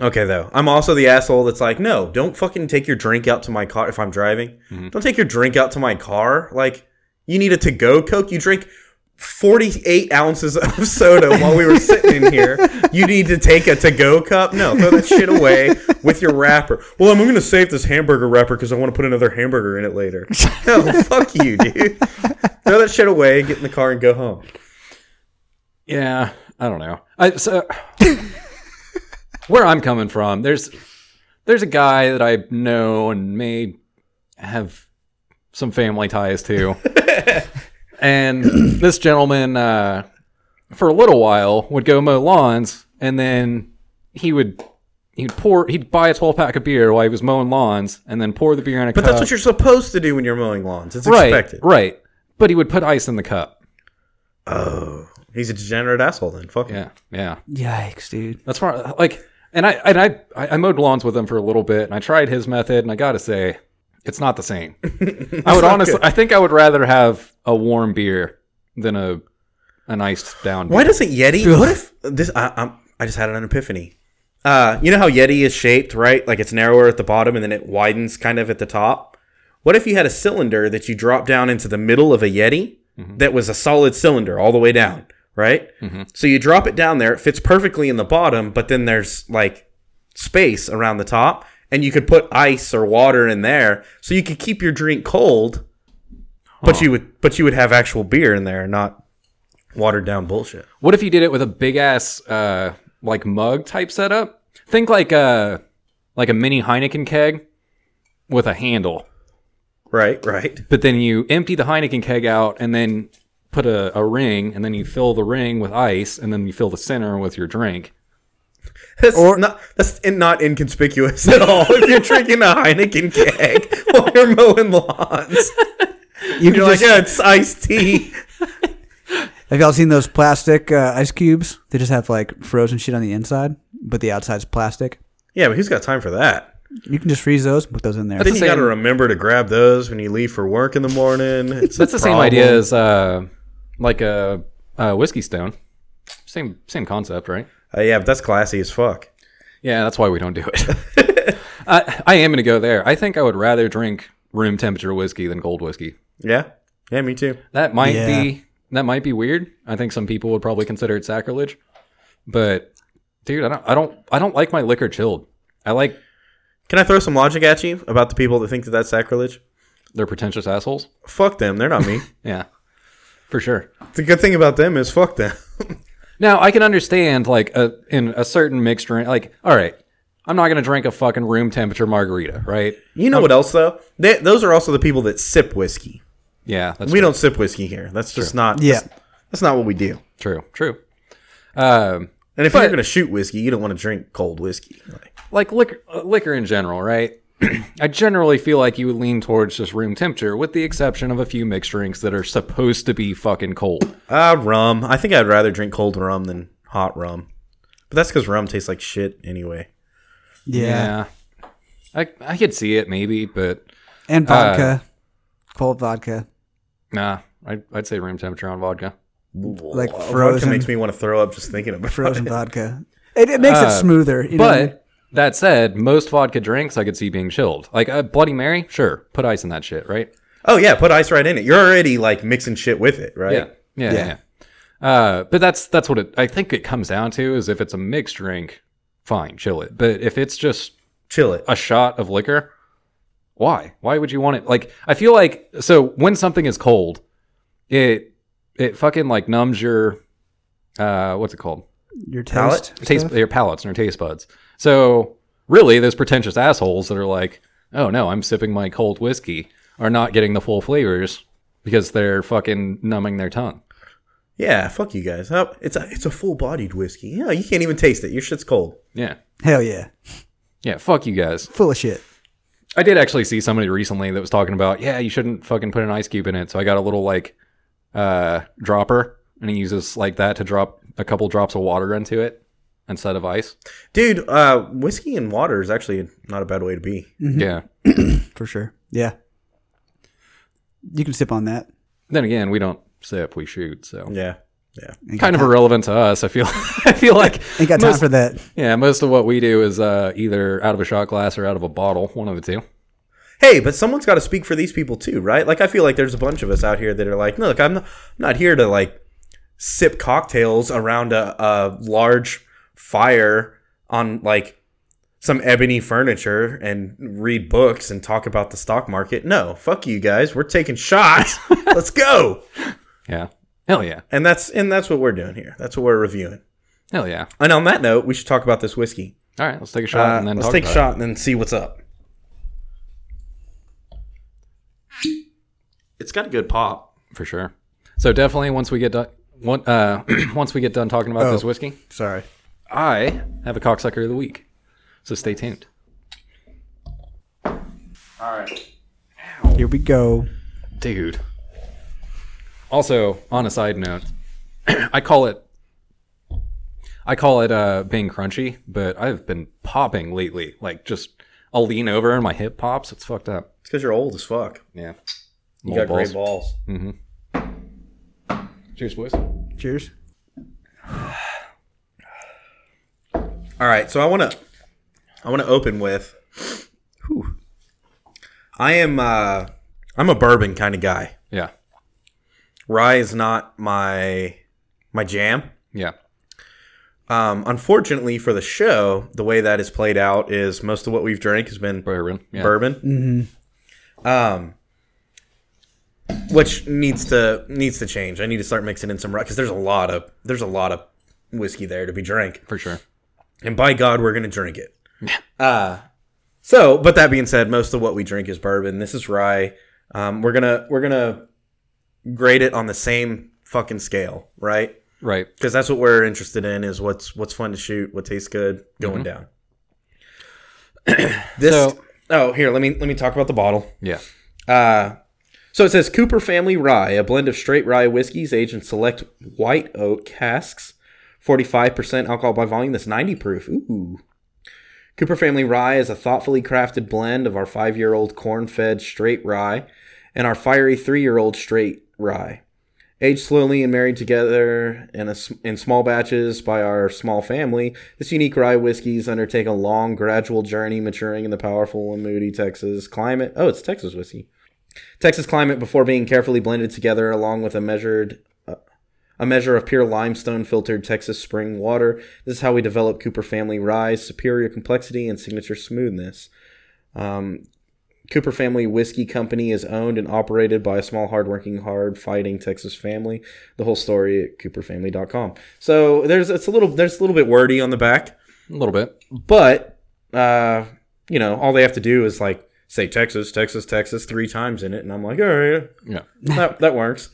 Speaker 3: Okay, though. I'm also the asshole that's like, no, don't fucking take your drink out to my car if I'm driving. Don't take your drink out to my car. Like, you need a to go Coke. You drink 48 ounces of soda while we were sitting in here. You need to take a to go cup. No, throw that shit away with your wrapper. Well, I'm going to save this hamburger wrapper because I want to put another hamburger in it later. No, fuck you, dude. Throw that shit away, get in the car, and go home.
Speaker 1: Yeah, I don't know. I so where I'm coming from, there's there's a guy that I know and may have some family ties to. and this gentleman uh for a little while would go mow lawns and then he would he'd pour he'd buy a 12 pack of beer while he was mowing lawns and then pour the beer in a
Speaker 3: But
Speaker 1: cup.
Speaker 3: that's what you're supposed to do when you're mowing lawns. It's
Speaker 1: Uh, right,
Speaker 3: expected.
Speaker 1: right. But he would put ice in the cup.
Speaker 3: Oh, he's a degenerate asshole. Then fuck him.
Speaker 1: Yeah, yeah.
Speaker 2: Yikes, dude.
Speaker 1: That's why, like, and I and I I I mowed lawns with him for a little bit, and I tried his method, and I gotta say, it's not the same. I would honestly, I think I would rather have a warm beer than a an iced down.
Speaker 3: Why
Speaker 1: beer.
Speaker 3: doesn't Yeti? What if this? I, I'm, I just had an epiphany. Uh, you know how Yeti is shaped, right? Like it's narrower at the bottom and then it widens kind of at the top. What if you had a cylinder that you dropped down into the middle of a Yeti that was a solid cylinder all the way down, right? So you drop it down there, it fits perfectly in the bottom, but then there's like space around the top, and you could put ice or water in there, so you could keep your drink cold. But you would, but you would have actual beer in there, not watered down bullshit.
Speaker 1: What if you did it with a big ass uh like mug type setup? Think like a like a mini Heineken keg with a handle,
Speaker 3: Right, right.
Speaker 1: but then you empty the Heineken keg out, and then put a, a ring, and then you fill the ring with ice, and then you fill the center with your drink.
Speaker 3: That's not that's in, not inconspicuous at all. if you're drinking a Heineken keg while you're mowing lawns,
Speaker 2: You can
Speaker 3: you're like,
Speaker 2: just,
Speaker 3: yeah, it's iced tea.
Speaker 2: have y'all seen those plastic uh, ice cubes? They just have like frozen shit on the inside, but the outside's plastic.
Speaker 3: yeah, but who's got time for that?
Speaker 2: You can just freeze those and put those in there.
Speaker 3: I think you
Speaker 1: the
Speaker 3: got to
Speaker 1: same-
Speaker 3: remember to grab those when you leave for work in the morning. It's
Speaker 1: That's
Speaker 3: a
Speaker 1: the same
Speaker 3: problem.
Speaker 1: idea as uh, like a, a whiskey stone. Same same concept, right?
Speaker 3: Uh, yeah, but that's classy as fuck.
Speaker 1: Yeah, that's why we don't do it. I, I am going to go there. I think I would rather drink room temperature whiskey than cold whiskey.
Speaker 3: Yeah, yeah, me too.
Speaker 1: That might
Speaker 2: Yeah.
Speaker 1: be that might be weird. I think some people would probably consider it sacrilege. But dude, I don't I don't I don't like my liquor chilled. I like
Speaker 3: Can I throw some logic at you about the people that think that that's sacrilege?
Speaker 1: they're pretentious assholes.
Speaker 3: Fuck them. They're not me.
Speaker 1: Yeah. For sure.
Speaker 3: the good thing about them is fuck them.
Speaker 1: Now I can understand like a in a certain mixed drink. Like, all right, I'm not gonna drink a fucking room temperature margarita, right?
Speaker 3: You know what else though? They, those are also the people that sip whiskey.
Speaker 1: Yeah, that's
Speaker 3: We don't sip whiskey here. That's just not.
Speaker 2: Yeah.
Speaker 3: That's, that's not what we do.
Speaker 1: true. True. Um,
Speaker 3: And if
Speaker 1: But-
Speaker 3: you're going to shoot whiskey, you don't want to drink cold whiskey. Like,
Speaker 1: like liquor, uh, liquor in general, right? I generally feel like you would lean towards just room temperature, with the exception of a few mixed drinks that are supposed to be fucking cold.
Speaker 3: ah, rum. I think I'd rather drink cold rum than hot rum. But that's because rum tastes like shit anyway.
Speaker 2: yeah.
Speaker 1: I I could see it maybe, but
Speaker 2: And vodka, cold vodka.
Speaker 1: nah, I, I'd say room temperature on vodka.
Speaker 3: Like
Speaker 2: frozen-
Speaker 3: makes me want to throw up just thinking about
Speaker 2: frozen
Speaker 3: it.
Speaker 2: vodka. It, it makes it smoother. You know what I mean?
Speaker 1: But that said, most vodka drinks I could see being chilled. Like a Bloody Mary, sure, put ice in that shit, right?
Speaker 3: Oh yeah, put ice right in it. You're already like mixing shit with it, right?
Speaker 1: Yeah, yeah, yeah. yeah. Uh, but that's that's what it. I think it comes down to is if it's a mixed drink, fine, chill it. But if it's just
Speaker 3: Chill it.
Speaker 1: a shot of liquor, why? Why would you want it? Like I feel like so when something is cold, it it fucking like numbs your uh what's it called
Speaker 2: your taste.
Speaker 3: palate?
Speaker 1: taste your palates and your taste buds. So really, those pretentious assholes that are like, oh no, I'm sipping my cold whiskey, are not getting the full flavors because they're fucking numbing their tongue.
Speaker 3: Yeah, fuck you guys. How- It's a it's a full bodied whiskey. Yeah, you can't even taste it. Your shit's cold.
Speaker 1: Yeah.
Speaker 2: Hell yeah,
Speaker 1: Yeah, fuck you guys.
Speaker 2: full of shit.
Speaker 1: I did actually see somebody recently that was talking about, yeah, you shouldn't fucking put an ice cube in it. So I got a little like uh dropper and he uses like that to drop a couple drops of water into it instead of ice.
Speaker 3: Dude, uh, whiskey and water is actually not a bad way to be.
Speaker 1: Yeah.
Speaker 2: for sure. Yeah, you can sip on that.
Speaker 1: Then again, we don't sip, we shoot, so
Speaker 3: Yeah. Yeah.
Speaker 2: Ain't
Speaker 1: kind of irrelevant to us, I feel I feel like
Speaker 2: Ain't got time
Speaker 1: most-
Speaker 2: for that.
Speaker 1: Yeah, most of what we do is uh, either out of a shot glass or out of a bottle, one of the two.
Speaker 3: hey, but someone's got to speak for these people too, right? Like I feel like there's a bunch of us out here that are like, look, I'm not, I'm not here to like sip cocktails around a, a large fire on like some ebony furniture and read books and talk about the stock market. No, fuck you guys. We're taking shots. Let's go.
Speaker 1: Yeah. Hell yeah.
Speaker 3: And that's and that's what we're doing here. That's what we're reviewing.
Speaker 1: Hell yeah.
Speaker 3: And on that note, we should talk about this whiskey.
Speaker 1: All right, let's take a shot
Speaker 3: Uh,
Speaker 1: and then
Speaker 3: let's
Speaker 1: talk
Speaker 3: take a
Speaker 1: about
Speaker 3: shot and then see what's up. It's got a good pop.
Speaker 1: it, for sure. So definitely once we get done one,
Speaker 3: Oh.
Speaker 1: uh, once we get done talking about this whiskey,
Speaker 2: Sorry.
Speaker 1: I have a cocksucker of the week. So stay tuned.
Speaker 3: All right.
Speaker 2: Here we go.
Speaker 1: Dude. Also, on a side note, I call it I call it uh being crunchy, but I've been popping lately. Like just I'll lean over and my hip pops. It's fucked up.
Speaker 3: It's because you're old as fuck.
Speaker 1: Yeah.
Speaker 3: You
Speaker 1: Mole
Speaker 3: got great balls.
Speaker 1: Hmm. Cheers, boys.
Speaker 2: Cheers.
Speaker 3: All right, so I want to I want to open with Whew. I am uh I'm a bourbon kind of guy.
Speaker 1: Yeah.
Speaker 3: Rye is not my my jam.
Speaker 1: Yeah.
Speaker 3: Um unfortunately for the show, the way that is played out is most of what we've drank has been
Speaker 1: Bourbon. Yeah.
Speaker 3: bourbon. Um which needs to needs to change. I need to start mixing in some rye cuz there's a lot of there's a lot of whiskey there to be drank.
Speaker 1: For sure.
Speaker 3: and by God, we're gonna drink it. uh, so, but that being said, most of what we drink is bourbon. This is rye. Um, we're gonna we're gonna grade it on the same fucking scale, right?
Speaker 1: Right.
Speaker 3: Because that's what we're interested in is what's what's fun to shoot, what tastes good, going down. this
Speaker 1: So-
Speaker 3: oh here let me let me talk about the bottle.
Speaker 1: Yeah.
Speaker 3: Uh, so it says Cooper Family Rye, a blend of straight rye whiskeys aged in select white oak casks, 45% alcohol by volume. That's 90 proof. Ooh. Cooper Family Rye is a thoughtfully crafted blend of our five year old corn fed straight rye and our fiery three year old straight rye. Aged slowly and married together in, a, s- in small batches by our small family, this unique rye whiskeys undertake a long, gradual journey maturing in the powerful and moody Texas climate. Oh, it's Texas whiskey. Texas climate before being carefully blended together along with a measured uh, a measure of pure limestone filtered Texas spring water. This is how we develop Cooper Family Rye's superior complexity and signature smoothness. Um, Cooper Family Whiskey Company is owned and operated by a small, hardworking, hard-fighting Texas family. The whole story at cooperfamily.com. So there's it's a little there's a little bit wordy on the back
Speaker 1: A little bit.
Speaker 3: but uh, you know, all they have to do is like say Texas, Texas, Texas three times in it, and I'm like, all right,
Speaker 1: Yeah.
Speaker 3: that, that works.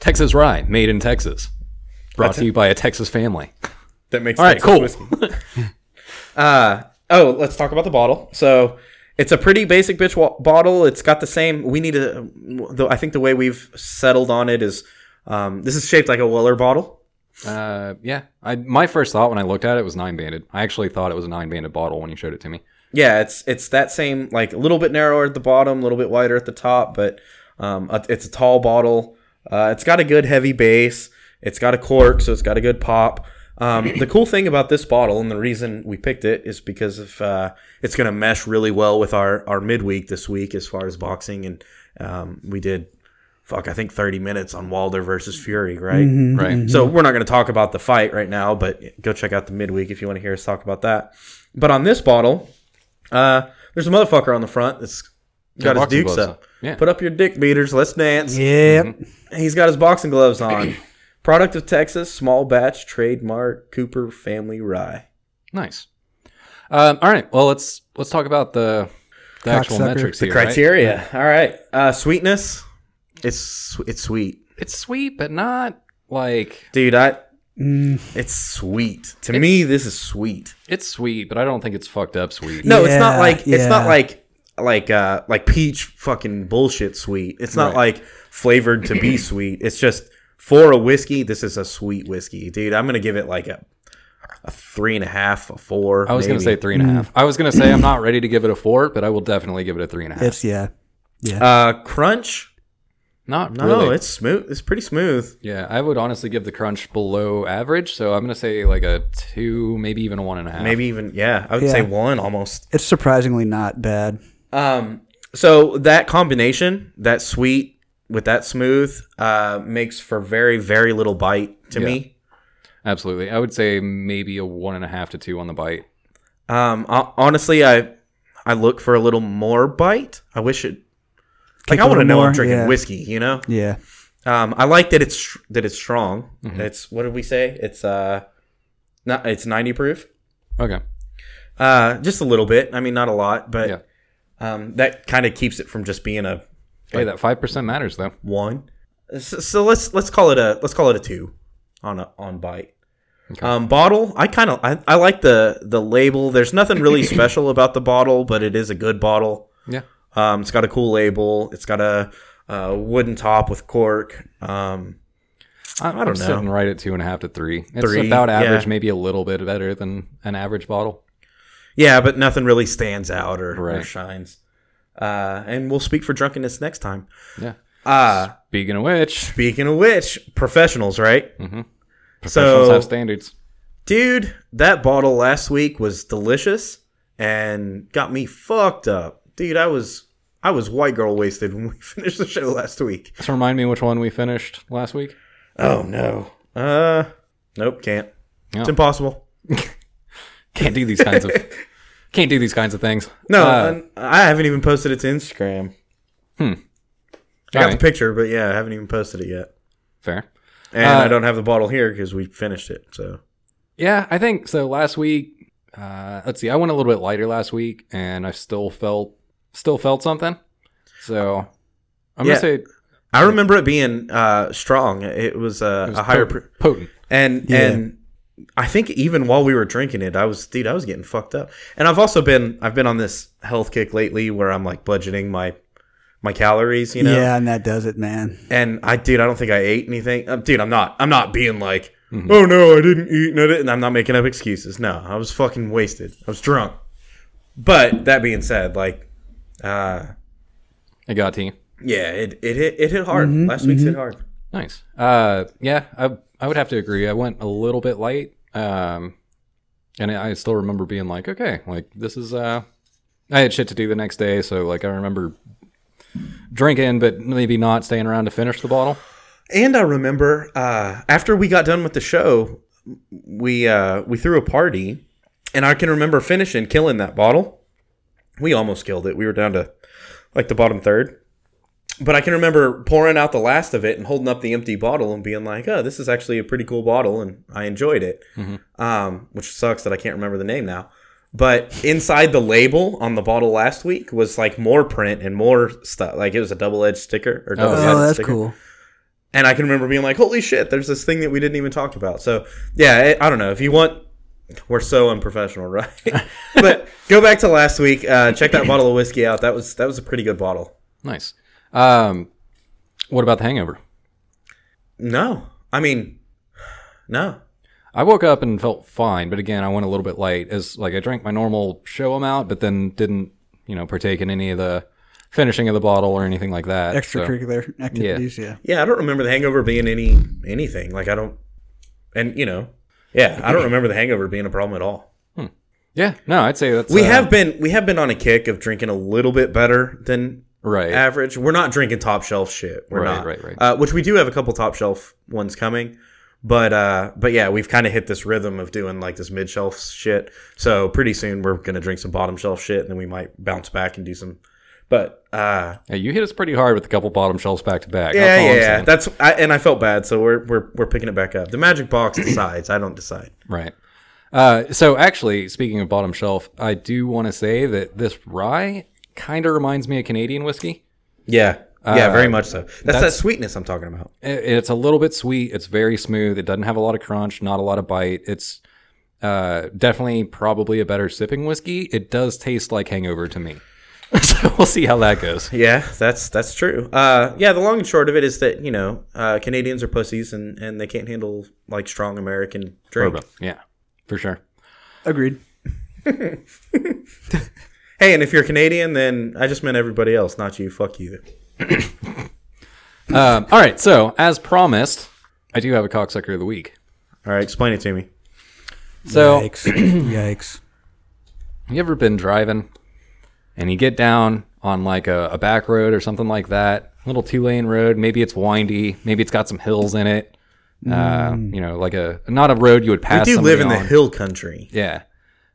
Speaker 1: Texas Rye, made in Texas. Brought to you by a Texas family.
Speaker 3: That makes
Speaker 1: All right,
Speaker 3: Texas
Speaker 1: cool.
Speaker 3: whiskey. uh, oh, let's talk about the bottle. So it's a pretty basic bitch wa- bottle. It's got the same. We need to. Though I think the way we've settled on it is um, this is shaped like a Weller bottle.
Speaker 1: Uh, yeah. I my first thought when I looked at it was nine banded. I actually thought it was a nine banded bottle when you showed it to me.
Speaker 3: Yeah, it's it's that same like a little bit narrower at the bottom, a little bit wider at the top, but um, uh, it's a tall bottle. Uh, it's got a good heavy base. It's got a cork, so it's got a good pop. Um, the cool thing about this bottle and the reason we picked it is because of uh, it's going to mesh really well with our our midweek this week as far as boxing and um, we did fuck I think thirty minutes on Wilder versus Fury, right?
Speaker 1: Right.
Speaker 3: So we're not going to talk about the fight right now, but go check out the midweek if you want to hear us talk about that. But on this bottle, uh, there's a motherfucker on the front that's got his
Speaker 1: boxing
Speaker 3: dukes
Speaker 1: gloves
Speaker 3: up.
Speaker 1: on. Yeah.
Speaker 3: Put up your dick beaters. Let's dance.
Speaker 2: Yep.
Speaker 3: Mm-hmm. He's got his boxing gloves on. Product of Texas, small batch, trademark, Cooper family rye.
Speaker 1: Nice. Um, all right. Well, let's let's talk about the the actual
Speaker 2: Cocksucker.
Speaker 1: metrics here. right?
Speaker 3: Criteria. All right. Uh, sweetness. It's it's sweet,
Speaker 1: It's sweet, but not like
Speaker 3: dude. I.
Speaker 1: Mm.
Speaker 3: It's sweet. To me, this is sweet.
Speaker 1: it's sweet, but I don't think it's fucked up sweet.
Speaker 3: No, it's not
Speaker 2: Yeah,
Speaker 3: like it's not
Speaker 2: yeah.
Speaker 3: like like uh like peach fucking bullshit sweet. It's not like flavored to be sweet. It's just for a whiskey, this is a sweet whiskey, dude. I'm gonna give it like a a three and a half, a four.
Speaker 1: I was gonna say three
Speaker 3: Mm.
Speaker 1: and a half. I was gonna say I'm not ready to give it a four, but I will definitely give it a three and a half.
Speaker 2: It's yeah.
Speaker 3: uh crunch.
Speaker 1: not
Speaker 3: No,
Speaker 1: really.
Speaker 3: it's smooth. It's pretty smooth.
Speaker 1: yeah, I would honestly give the crunch below average, so I'm gonna say like a two, maybe even a one and a half.
Speaker 3: Maybe even yeah, I would say
Speaker 2: Yeah.
Speaker 3: one almost.
Speaker 2: It's surprisingly not bad.
Speaker 3: Um, so that combination, that sweet with that smooth, uh, makes for very very little bite to
Speaker 1: Yeah.
Speaker 3: me.
Speaker 1: Absolutely, I would say maybe a one and a half to two on the bite.
Speaker 3: Um, ho- honestly, I I look for a little more bite. I wish it.
Speaker 2: Kick
Speaker 3: Like I
Speaker 2: a
Speaker 3: want to
Speaker 2: little
Speaker 3: know I'm
Speaker 2: more,
Speaker 3: drinking
Speaker 2: yeah.
Speaker 3: whiskey. You know.
Speaker 2: Yeah.
Speaker 3: Um, I like that it's tr- that it's strong. It's what did we say? It's uh, not it's ninety proof.
Speaker 1: Okay,
Speaker 3: Uh, just a little bit. I mean, not a lot, but
Speaker 1: Yeah.
Speaker 3: um, that kind of keeps it from just being a
Speaker 1: hey, that five percent matters though.
Speaker 3: one. So, so let's let's call it a let's call it a two on a on bite. Um, bottle, I kind of I, I like the the label. There's nothing really special about the bottle, but it is a good bottle.
Speaker 1: Yeah.
Speaker 3: Um, it's got a cool label. It's got a, uh wooden top with cork. Um,
Speaker 1: I,
Speaker 3: don't
Speaker 1: am
Speaker 3: know.
Speaker 1: sitting right at two and a half to three. It's
Speaker 3: Three,
Speaker 1: about average,
Speaker 3: yeah.
Speaker 1: maybe a little bit better than an average bottle.
Speaker 3: yeah, but nothing really stands out or, or
Speaker 1: Right.
Speaker 3: shines. Uh, and we'll speak for drunkenness next time.
Speaker 1: Yeah.
Speaker 3: Uh,
Speaker 1: Speaking of which,
Speaker 3: speaking of which, professionals, right?
Speaker 1: Mm-hmm. professionals
Speaker 3: So-
Speaker 1: have standards.
Speaker 3: Dude, that bottle last week was delicious and got me fucked up. Dude, I was I was white girl wasted when we finished the show last week.
Speaker 1: Just remind me which one we finished last week.
Speaker 3: Oh no. Uh nope, can't.
Speaker 1: No.
Speaker 3: It's impossible.
Speaker 1: Can't do these kinds of can't do these kinds of things.
Speaker 3: No,
Speaker 1: Uh, Hmm.
Speaker 3: I, I haven't even posted it to Instagram. I
Speaker 1: all
Speaker 3: got
Speaker 1: right,
Speaker 3: the picture, but yeah, I haven't even posted it yet.
Speaker 1: fair.
Speaker 3: And
Speaker 1: Uh,
Speaker 3: I don't have the bottle here because we finished it. So
Speaker 1: Yeah, I think so. Last week, uh, let's see, I went a little bit lighter last week, and I still felt still felt something. So I'm
Speaker 3: Yeah.
Speaker 1: gonna say
Speaker 3: I remember it being uh, strong. It was, uh,
Speaker 1: it was
Speaker 3: a higher,
Speaker 1: potent.
Speaker 3: pr-
Speaker 1: potent.
Speaker 3: and
Speaker 2: Yeah.
Speaker 3: and I think even while we were drinking it, I was dude, I was getting fucked up. And I've also been I've been on this health kick lately where I'm like budgeting my my calories, you know.
Speaker 2: yeah, and that does it, man.
Speaker 3: And I dude, I don't think I ate anything. Um, dude, I'm not I'm not being like,
Speaker 2: Mm-hmm.
Speaker 3: oh no, I didn't eat. And, I didn't. and I'm not making up excuses. No, I was fucking wasted. I was drunk. But that being said, like, uh,
Speaker 1: It got to you.
Speaker 3: yeah, it it hit it hit hard.
Speaker 2: Mm-hmm.
Speaker 3: Last week's hit hard.
Speaker 1: Nice. Uh, yeah, I I would have to agree. I went a little bit light, um, and I I still remember being like, okay, like this is. Uh, I had shit to do the next day, so like I remember drinking, but maybe not staying around to finish the bottle.
Speaker 3: And I remember uh, after we got done with the show, we uh, we threw a party, and I can remember finishing killing that bottle. We almost killed it. We were down to like the bottom third, but I can remember pouring out the last of it and holding up the empty bottle and being like, "Oh, this is actually a pretty cool bottle, and I enjoyed it." Um, which sucks that I can't remember the name now. But inside the label on the bottle last week was like more print and more stuff. Like it was a double-edged sticker or double-sided
Speaker 2: Oh, that's
Speaker 3: sticker.
Speaker 2: cool.
Speaker 3: And I can remember being like, "Holy shit!" There's this thing that we didn't even talk about. So yeah, it, I don't know if you want. We're so unprofessional, right? but go back to last week. Uh, check that bottle of whiskey out. That was that was a pretty good bottle.
Speaker 1: Nice. Um, what about the hangover?
Speaker 3: No, I mean, no.
Speaker 1: I woke up and felt fine, but again, I went a little bit light as like I drank my normal show amount, but then didn't you know partake in any of the finishing of the bottle or anything like that. so-
Speaker 2: Extracurricular activities, yeah.
Speaker 3: Yeah, I don't remember the hangover being any anything. Like I don't, and you know, yeah, I don't remember the hangover being a problem at all.
Speaker 1: Yeah, no, I'd say that's
Speaker 3: We
Speaker 1: uh,
Speaker 3: have been we have been on a kick of drinking a little bit better than
Speaker 1: right.
Speaker 3: average. We're not drinking top shelf shit. We're
Speaker 1: Right,
Speaker 3: not.
Speaker 1: right, right.
Speaker 3: Uh, which we do have a couple top shelf ones coming, but uh, but yeah, we've kind of hit this rhythm of doing like this mid shelf shit. So pretty soon we're gonna drink some bottom shelf shit, and then we might bounce back and do some. But uh,
Speaker 1: Yeah, you hit us pretty hard with a couple bottom shelves back to back.
Speaker 3: yeah,
Speaker 1: That's all
Speaker 3: yeah,
Speaker 1: I'm
Speaker 3: yeah.
Speaker 1: saying.
Speaker 3: That's I, and I felt bad, so we're we're we're picking it back up. The magic box decides. I don't decide.
Speaker 1: right. Uh, so actually, speaking of bottom shelf, I do want to say that this rye kind of reminds me of Canadian whiskey.
Speaker 3: Yeah. Yeah,
Speaker 1: Uh,
Speaker 3: very much so. That's, that
Speaker 1: that's-
Speaker 3: sweetness I'm talking about.
Speaker 1: I- It's a little bit sweet. It's very smooth. It doesn't have a lot of crunch, not a lot of bite. It's uh, definitely probably a better sipping whiskey. It does taste like hangover to me. so we'll see how that goes.
Speaker 3: Yeah, that's that's true. Uh, yeah, the long and short of it is that you know uh, Canadians are pussies and, and they can't handle like strong American drink.
Speaker 1: Yeah, for sure.
Speaker 2: Agreed.
Speaker 3: Hey, and if you're Canadian, then I just meant everybody else, not you. Fuck you.
Speaker 1: Um, all right. So as promised, I do have a cocksucker of the week.
Speaker 3: All right, explain it to me.
Speaker 1: So
Speaker 2: Yikes. Yikes.
Speaker 1: You ever been driving and you get down on like a, a back road or something like that, little two lane road? Maybe it's windy, maybe it's got some hills in it. Uh, you know, like a not a road you would
Speaker 3: I
Speaker 1: pass.
Speaker 3: Mm. do
Speaker 1: somebody
Speaker 3: live in the
Speaker 1: on.
Speaker 3: hill country.
Speaker 1: Yeah.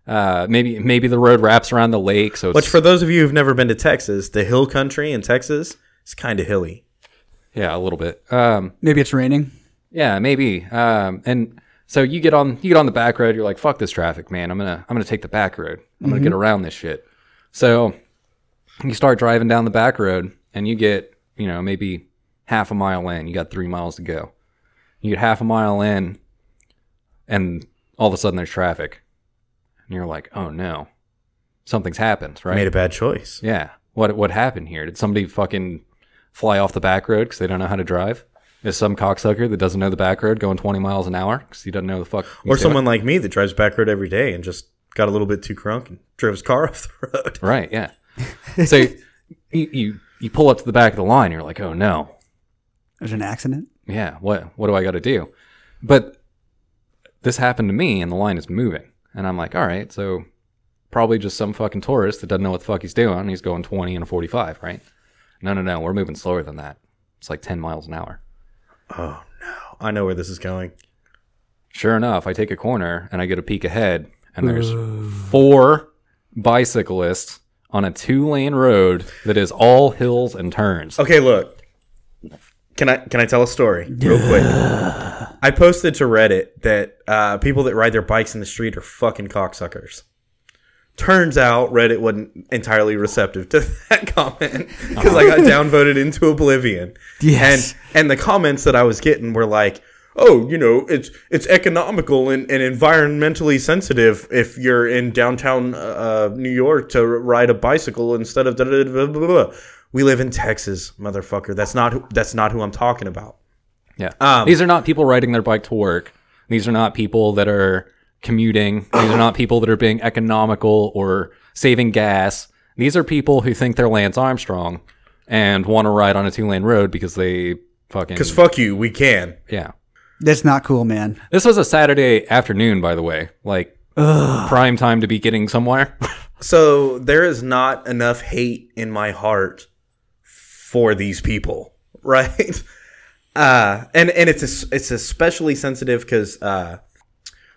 Speaker 1: Uh, maybe maybe the road wraps around the lake, so it's
Speaker 3: Which, for those of you who've never been to Texas, the hill country in Texas is kind of hilly.
Speaker 1: yeah a little bit. Um,
Speaker 2: Maybe it's raining.
Speaker 1: yeah, maybe. Um, and so you get on you get on the back road. You're like, fuck this traffic, man. I'm gonna I'm gonna take the back road. I'm gonna
Speaker 3: Mm-hmm.
Speaker 1: get around this shit. So you start driving down the back road and you get, you know, maybe half a mile in. You got three miles to go. You get half a mile in and all of a sudden there's traffic, and you're like, oh no, something's happened, right?
Speaker 3: Made a bad choice.
Speaker 1: Yeah. What what happened here? Did somebody fucking fly off the back road because they don't know how to drive? Is some cocksucker that doesn't know the back road going 20 miles an hour because he doesn't know the fuck?
Speaker 3: Or someone like me that drives back road every day and just got a little bit too crunk and drove his car off the road.
Speaker 1: Right. Yeah. so you, you you pull up to the back of the line. You're like, oh no,
Speaker 2: There's an accident.
Speaker 1: yeah. What what do I got to do? But this happened to me, and the line is moving, and I'm like, all right, so probably just some fucking tourist that doesn't know what the fuck he's doing. He's going 20 and a 45, right? No, no, no. We're moving slower than that. It's like 10 miles an hour.
Speaker 3: Oh no. I know where this is going.
Speaker 1: Sure enough, I take a corner and I get a peek ahead, and there's four bicyclists on a two lane road that is all hills and turns.
Speaker 3: Okay, look. Can I can I tell a story real quick? I posted to Reddit that uh, people that ride their bikes in the street are fucking cocksuckers. Turns out Reddit wasn't entirely receptive to that comment because I got downvoted into oblivion.
Speaker 2: Yes.
Speaker 3: and and the comments that I was getting were like, "Oh, you know, it's it's economical and, and environmentally sensitive if you're in downtown uh, New York to ride a bicycle instead of da da da da da da." We live in Texas, motherfucker. That's not who, that's not who I'm talking about.
Speaker 1: Yeah. These are not people riding their bike to work. These are not people that are commuting. These are not people that are being economical or saving gas. These are people who think they're Lance Armstrong and want to ride on a two lane road because they fucking.
Speaker 3: Because fuck you, we can.
Speaker 1: yeah.
Speaker 2: That's not cool, man.
Speaker 1: This was a Saturday afternoon, by the way. Like, prime time to be getting somewhere.
Speaker 3: So there is not enough hate in my heart for these people, right? Uh, and and it's es- it's especially sensitive because uh,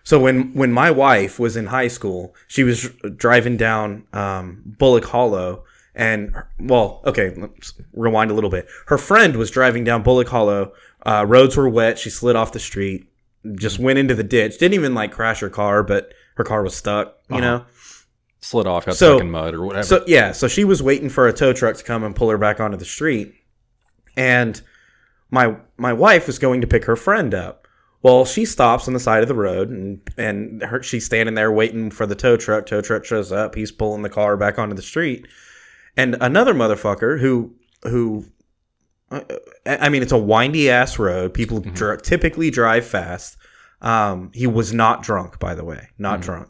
Speaker 3: so when when my wife was in high school, she was dr- driving down um, Bullock Hollow, and her- well, okay, let's rewind a little bit. Her friend was driving down Bullock Hollow. Uh, roads were wet. She slid off the street, just went into the ditch. Didn't even like crash her car, but her car was stuck. You know.
Speaker 1: Slid off, got
Speaker 3: So-
Speaker 1: stuck in mud or whatever.
Speaker 3: So yeah, so she was waiting for a tow truck to come and pull her back onto the street, and my my wife was going to pick her friend up. Well, she stops on the side of the road, and and her, she's standing there waiting for the tow truck. Tow truck shows up. He's pulling the car back onto the street, and another motherfucker who who. uh, I mean, it's a windy ass road. People dr- typically drive fast. Um, he was not drunk, by the way, not
Speaker 1: Hmm.
Speaker 3: drunk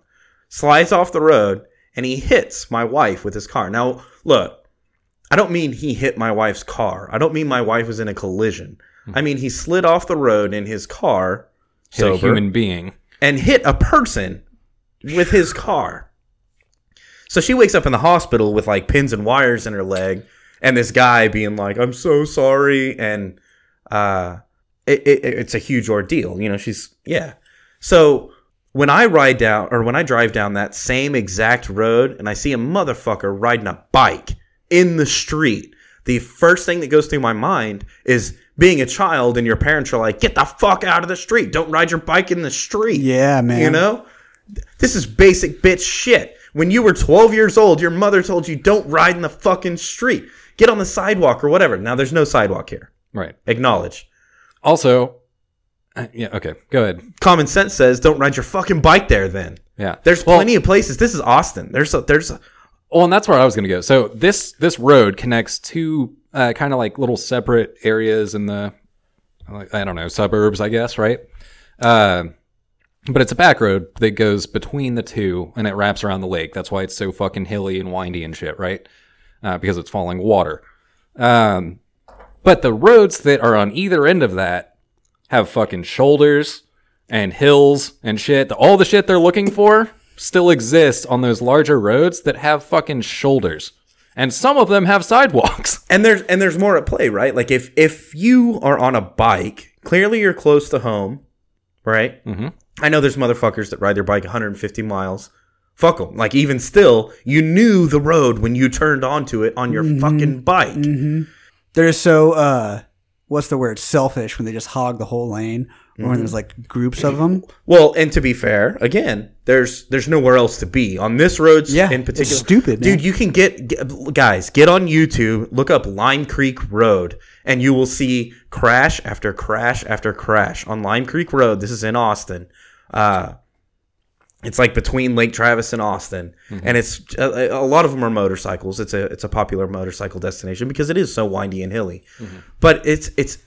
Speaker 3: slides off the road and he hits my wife with his car. Now, look, I don't mean he hit my wife's car. I don't mean my wife was in a collision. I mean he slid off the road in his car
Speaker 1: Hmm. Hit a
Speaker 3: sober
Speaker 1: human being.
Speaker 3: and hit a person with his car. So she wakes up in the hospital with like pins and wires in her leg, and this guy being like, "I'm so sorry," and uh, it, it, it's a huge ordeal. You know, she's yeah. So when I ride down or when I drive down that same exact road, and I see a motherfucker riding a bike in the street. The first thing that goes through my mind is being a child, and your parents are like, "Get the fuck out of the street! Don't ride your bike in the street."
Speaker 2: Yeah, man.
Speaker 3: You know? This is basic bitch shit. When you were 12 years old, your mother told you don't ride in the fucking street. Get on the sidewalk or whatever. Now there's no sidewalk here.
Speaker 1: Right.
Speaker 3: Acknowledge.
Speaker 1: Also, uh, yeah, okay, go ahead.
Speaker 3: Common sense says don't ride your fucking bike there then.
Speaker 1: Yeah.
Speaker 3: There's
Speaker 1: Well-
Speaker 3: plenty of places. This is Austin. There's a, there's a,
Speaker 1: Well, and that's where I was going to go. So this this road connects two uh, kind of like little separate areas in the like, I don't know suburbs, I guess, right? Uh, but it's a back road that goes between the two, and it wraps around the lake. That's why it's so fucking hilly and windy and shit, right? Uh, because it's falling water. Um, but the roads that are on either end of that have fucking shoulders and hills and shit. All the shit they're looking for still exists on those larger roads that have fucking shoulders. And some of them have sidewalks.
Speaker 3: and there's and there's more at play, right? Like if if you are on a bike, clearly you're close to home, right? Mm-hmm. I know there's motherfuckers that ride their bike 150 miles. Fuck them. Like even still, you knew the road when you turned onto it on your
Speaker 2: Mm-hmm.
Speaker 3: fucking bike.
Speaker 2: They're so uh, what's the word? Selfish when they just hog the whole lane, or
Speaker 3: Mm-hmm.
Speaker 2: when there's like groups of them.
Speaker 3: Well, and to be fair, again, there's there's nowhere else to be on this road
Speaker 2: Yeah,
Speaker 3: in
Speaker 2: it's
Speaker 3: particular.
Speaker 2: stupid, man.
Speaker 3: dude. You can get g- guys get on YouTube, look up Lime Creek Road, and you will see crash after crash after crash on Lime Creek Road. This is in Austin Uh, it's like between Lake Travis and Austin, and it's uh, a, a lot of them are motorcycles. It's a it's a popular motorcycle destination because it is so windy and hilly. But it's it's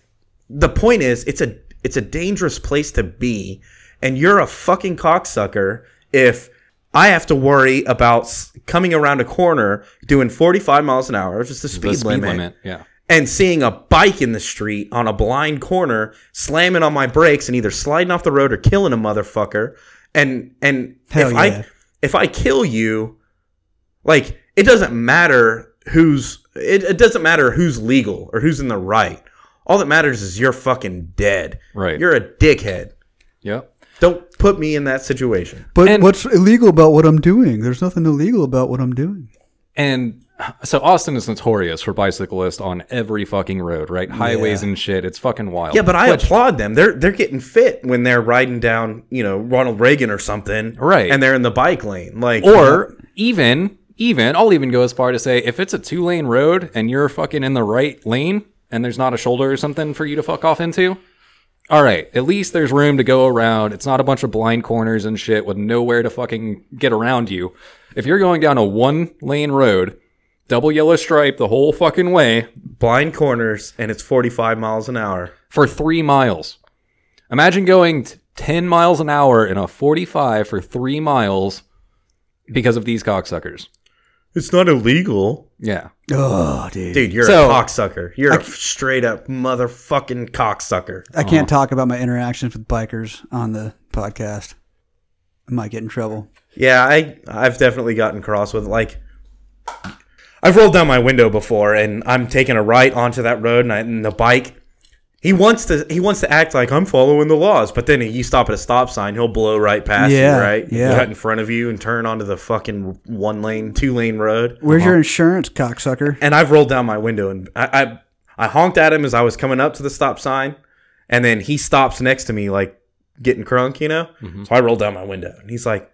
Speaker 3: the point is it's a it's a dangerous place to be, and you're a fucking cocksucker if I have to worry about s- coming around a corner doing 45 miles an hour, which is the speed,
Speaker 1: the speed
Speaker 3: limit,
Speaker 1: limit. Yeah.
Speaker 3: and seeing a bike in the street on a blind corner, slamming on my brakes and either sliding off the road or killing a motherfucker. And and
Speaker 2: Hell
Speaker 3: if
Speaker 2: yeah.
Speaker 3: I if I kill you, like it doesn't matter who's it, it doesn't matter who's legal or who's in the right. All that matters is you're fucking dead.
Speaker 1: Right.
Speaker 3: You're a dickhead.
Speaker 1: Yep.
Speaker 3: Don't put me in that situation.
Speaker 2: But
Speaker 1: And-
Speaker 2: what's illegal about what I'm doing? There's nothing illegal about what I'm doing.
Speaker 1: And so Austin is notorious for bicyclists on every fucking road, right? Highways and shit. It's fucking wild.
Speaker 3: Yeah, but I applaud them. They're they're getting fit when they're riding down, you know, Ronald Reagan or something.
Speaker 1: Right.
Speaker 3: And they're in the bike lane. Like
Speaker 1: or even even I'll even go as far to say if it's a two lane road and you're fucking in the right lane and there's not a shoulder or something for you to fuck off into. All right, at least there's room to go around. It's not a bunch of blind corners and shit with nowhere to fucking get around you. If you're going down a one lane road, double yellow stripe the whole fucking way
Speaker 3: blind corners and it's 45 miles an hour.
Speaker 1: for three miles. Imagine going t- 10 miles an hour in a 45 for three miles because of these cocksuckers.
Speaker 3: It's not illegal.
Speaker 1: Yeah.
Speaker 2: Oh, dude.
Speaker 3: Dude, you're
Speaker 1: So-
Speaker 3: a cocksucker. You're a straight up motherfucking cocksucker.
Speaker 2: I can't talk about my interactions with bikers on the podcast. I might get in trouble.
Speaker 3: Yeah, I I've definitely gotten cross with like I've rolled down my window before and I'm taking a right onto that road and, I, and the bike he wants to he wants to act like I'm following the laws, but then you stop at a stop sign, he'll blow right past
Speaker 2: Yeah,
Speaker 3: you, right?
Speaker 2: yeah.
Speaker 3: Cut in front of you and turn onto the fucking one lane, two lane road.
Speaker 2: Where's your insurance, cocksucker?
Speaker 3: and I've rolled down my window and I, I I honked at him as I was coming up to the stop sign, and then he stops next to me like getting crunk, you know. So I rolled down my window and he's like,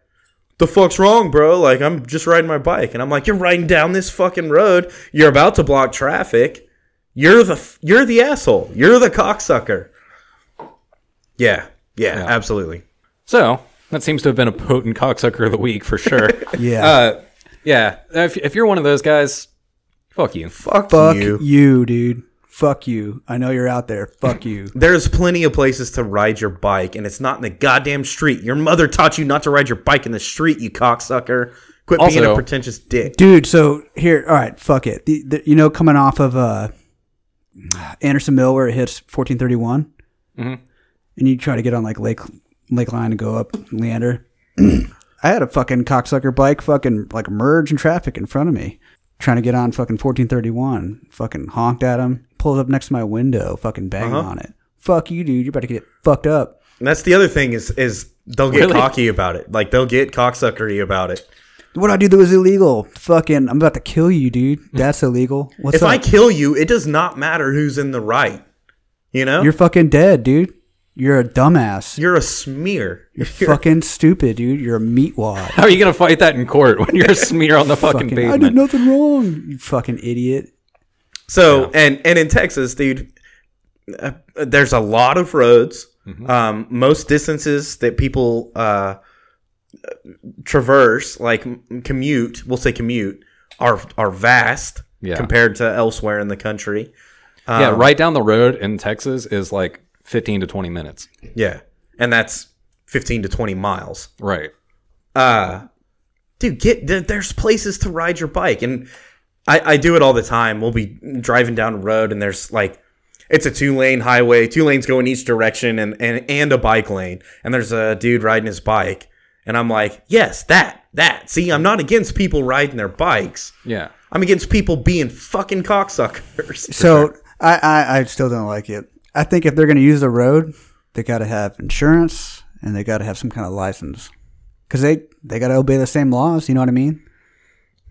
Speaker 3: "The fuck's wrong, bro? Like I'm just riding my bike," and I'm like, "You're riding down this fucking road. You're about to block traffic. You're the f- you're the asshole. You're the cocksucker." Yeah, yeah, absolutely.
Speaker 1: So that seems to have been a potent cocksucker of the week for sure.
Speaker 2: Yeah.
Speaker 1: uh, yeah. If, if you're one of those guys, fuck you.
Speaker 3: Fuck,
Speaker 2: Fuck you.
Speaker 3: you.
Speaker 2: dude. Fuck you. I know you're out there. Fuck you.
Speaker 3: There's plenty of places to ride your bike, and it's not in the goddamn street. Your mother taught you not to ride your bike in the street, you cocksucker. Quit being
Speaker 1: Also-
Speaker 3: a pretentious dick.
Speaker 2: dude, so here, all right, fuck it. The, the, you know, coming off of uh, Anderson Mill where it hits 1431,
Speaker 3: Mm-hmm.
Speaker 2: and you try to get on like Lake Lake Line and go up Leander. I had a fucking cocksucker bike fucking like merge in traffic in front of me, trying to get on fucking 1431. Fucking honked at him, pulled up next to my window, fucking banged
Speaker 3: Uh-huh.
Speaker 2: on it. Fuck you, dude. You're about to get fucked up.
Speaker 3: And that's the other thing is is they'll get
Speaker 1: Really?
Speaker 3: cocky about it. Like they'll get cocksuckery about it.
Speaker 2: What I do that was illegal. Fucking, I'm about to kill you, dude. That's illegal. What's
Speaker 3: If
Speaker 2: up?
Speaker 3: I kill you, it does not matter who's in the right. You know,
Speaker 2: You're
Speaker 3: you're,
Speaker 2: fucking dead, dude. You're a dumbass.
Speaker 3: a smear.
Speaker 2: You're, fucking stupid, dude. You're a meatwad.
Speaker 1: How are you going to fight that in court when you're a smear on the fucking,
Speaker 2: fucking, I
Speaker 1: pavement?
Speaker 2: did nothing wrong. You fucking idiot.
Speaker 3: So and and in Texas, dude, uh, there's a lot of roads. Um, most distances that people uh, traverse, like m- commute, we'll say commute, are are vast
Speaker 1: Yeah.
Speaker 3: compared to elsewhere in the country.
Speaker 1: yeah, right down the road in Texas is like 15 to 20 minutes.
Speaker 3: Yeah, and that's fifteen to twenty miles.
Speaker 1: Right.
Speaker 3: uh dude get there- there's places to ride your bike and i i do it all the time we'll be driving down a road and there's like it's a two lane highway two lanes go in each direction and and and a bike lane and there's a dude riding his bike and i'm like yes that that see i'm not against people riding their bikes
Speaker 1: Yeah.
Speaker 3: i'm against people being fucking cocksuckers
Speaker 2: So I, I, I still don't like it. I think if they're going to use the road, they got to have insurance and they got to have some kind of license because they, they got to obey the same laws. You know what I mean?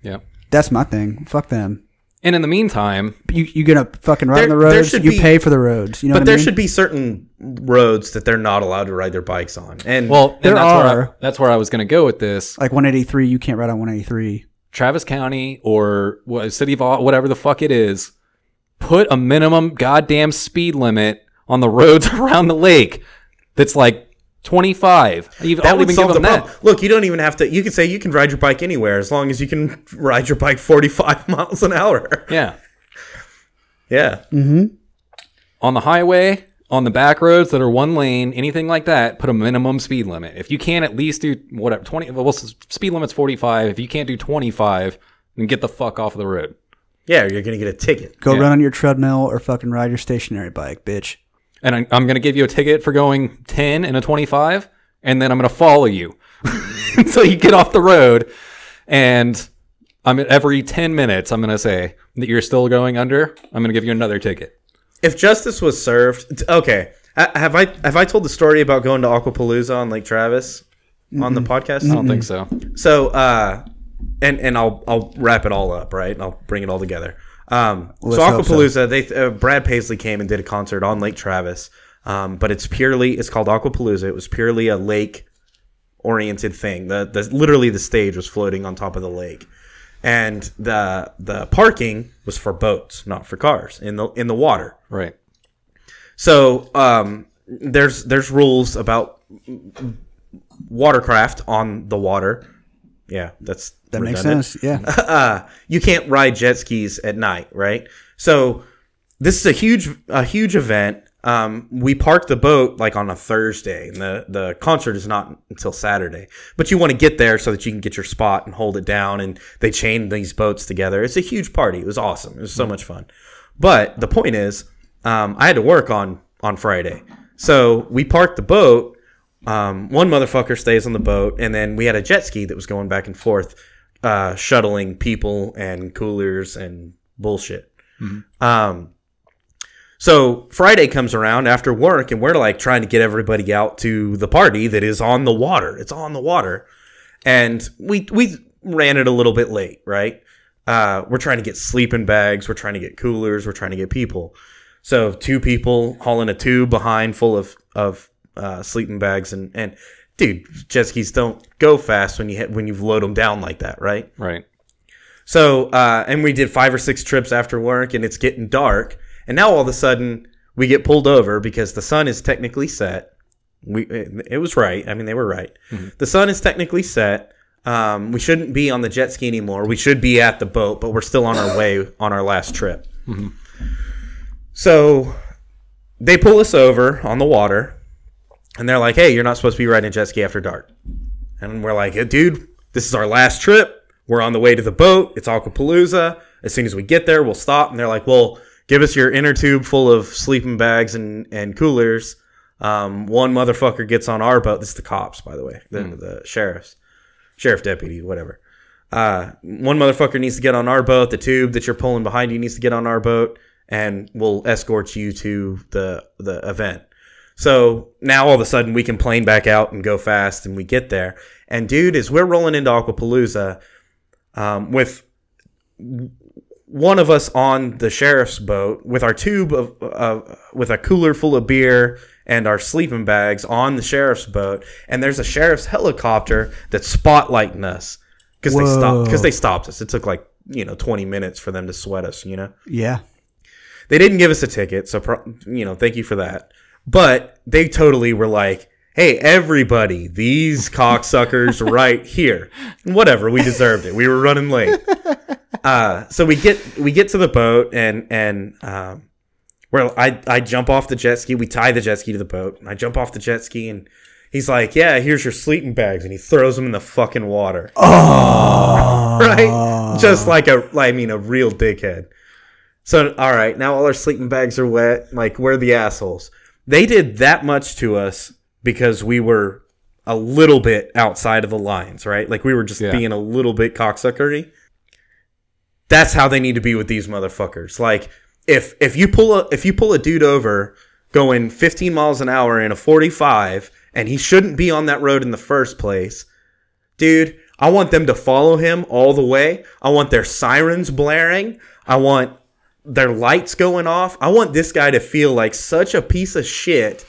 Speaker 1: Yeah.
Speaker 2: That's my thing. Fuck them.
Speaker 1: And in the meantime,
Speaker 2: You, you're going to fucking ride on the
Speaker 3: There- there
Speaker 2: roads. You
Speaker 3: should be-
Speaker 2: pay for the roads. You know
Speaker 3: but
Speaker 2: what
Speaker 3: there
Speaker 2: I mean?
Speaker 3: should be certain roads that they're not allowed to ride their bikes on and
Speaker 1: well, and
Speaker 2: There
Speaker 1: that's, Where I,
Speaker 2: are.
Speaker 1: that's where I was going to go with this.
Speaker 2: like 183, you can't ride on 183.
Speaker 1: Travis County or wha- City of Au- whatever the fuck it is, put a minimum goddamn speed limit on the roads around the lake that's like 25. I even,
Speaker 3: That
Speaker 1: I'll
Speaker 3: would
Speaker 1: even give
Speaker 3: solve the
Speaker 1: them
Speaker 3: problem.
Speaker 1: that.
Speaker 3: Look, you don't even have to. You could say you can ride your bike anywhere as long as you can ride your bike 45 miles an hour.
Speaker 1: Yeah.
Speaker 3: Yeah.
Speaker 1: On the highway, on the back roads that are one lane, anything like that, put a minimum speed limit. If you can't at least do whatever, 20, well, s- speed limit's 45. If you can't do 25, then get the fuck off the road.
Speaker 3: Yeah, you're going to get a ticket.
Speaker 2: Go
Speaker 1: Yeah.
Speaker 2: run on your treadmill or fucking ride your stationary bike, bitch.
Speaker 1: And I, I'm going to give you a ticket for going 10 and a 25, and then I'm going to follow you until you get off the road. And I'm every 10 minutes, I'm going to say that you're still going under. I'm going to give you another ticket.
Speaker 3: If justice was served, t- okay. Ha- Have I have I told the story about going to Aquapalooza on Lake Travis on the podcast?
Speaker 1: I don't think so.
Speaker 3: So, uh, and and I'll I'll wrap it all up, right? And I'll bring it all together. Um, so
Speaker 2: hope so.
Speaker 3: Aquapalooza, they uh, Brad Paisley came and did a concert on Lake Travis, um, but it's purely it's called Aquapalooza. It was purely a lake oriented thing. The, the literally the stage was floating on top of the lake, and the the parking was for boats, not for cars in the in the water.
Speaker 1: Right.
Speaker 3: So um, there's there's rules about watercraft on the water. Yeah, that's
Speaker 2: That makes
Speaker 3: redundant.
Speaker 2: sense. Yeah.
Speaker 3: Uh, you can't ride jet skis at night, right? So this is a huge a huge event. Um, we parked the boat like on a Thursday, and the the concert is not until Saturday. But you want to get there so that you can get your spot and hold it down. And they chained these boats together. It's a huge party. It was awesome. It was so much fun. But the point is, um, I had to work on on Friday, so we parked the boat. Um, one motherfucker stays on the boat, and then we had a jet ski that was going back and forth, uh, shuttling people and coolers and bullshit. Um, so Friday comes around after work, and we're like trying to get everybody out to the party that is on the water. It's on the water, and we we ran it a little bit late, right? Uh, we're trying to get sleeping bags, we're trying to get coolers, we're trying to get people. So two people hauling a tube behind full of of uh, sleeping bags, and and dude, jet skis don't go fast when you hit, when you load them down like that, right?
Speaker 1: Right.
Speaker 3: So, uh, and we did five or six trips after work, and it's getting dark. And now all of a sudden, we get pulled over because the sun is technically set. We it it was right. I mean, they were right. The sun is technically set. Um, we shouldn't be on the jet ski anymore. We should be at the boat, but we're still on our way on our last trip. So they pull us over on the water, and they're like, "Hey, you're not supposed to be riding a jet ski after dark." And we're like, "Eh, dude, this is our last trip. We're on the way to the boat. It's Aquapalooza. As soon as we get there, we'll stop. And they're like, well, give us your inner tube full of sleeping bags and, and coolers. Um, one motherfucker gets on our boat. This is the cops, by the way, the, the sheriffs, sheriff deputy, whatever. Uh, one motherfucker needs to get on our boat. The tube that you're pulling behind you needs to get on our boat, and we'll escort you to the the event. So now all of a sudden we can plane back out and go fast and we get there. And dude, as we're rolling into Aquapalooza um, with one of us on the sheriff's boat with our tube of uh, with a cooler full of beer and our sleeping bags on the sheriff's boat, and there's a sheriff's helicopter that's spotlighting us because they stopped because they stopped us. It took like you know 20 minutes for them to sweat us, you know
Speaker 2: yeah.
Speaker 3: they didn't give us a ticket, so pro- you know, thank you for that. But they totally were like, "Hey, everybody, these cocksuckers right here." Whatever, we deserved it. We were running late, uh, so we get we get to the boat and and um, where I I jump off the jet ski. We tie the jet ski to the boat, and I jump off the jet ski, and he's like, "Yeah, here's your sleeping bags," and he throws them in the fucking water.
Speaker 2: Oh.
Speaker 3: right? Just like a, like, I mean, a real dickhead. So, all right, now all our sleeping bags are wet. Like, we're the assholes. They did that much to us because we were a little bit outside of the lines, right? Like, we were just
Speaker 1: Yeah.
Speaker 3: being a little bit cocksuckery. That's how they need to be with these motherfuckers. Like, if if you pull a if you pull a dude over going 15 miles an hour in a 45 and he shouldn't be on that road in the first place, dude i want them to follow him all the way i want their sirens blaring i want their lights going off i want this guy to feel like such a piece of shit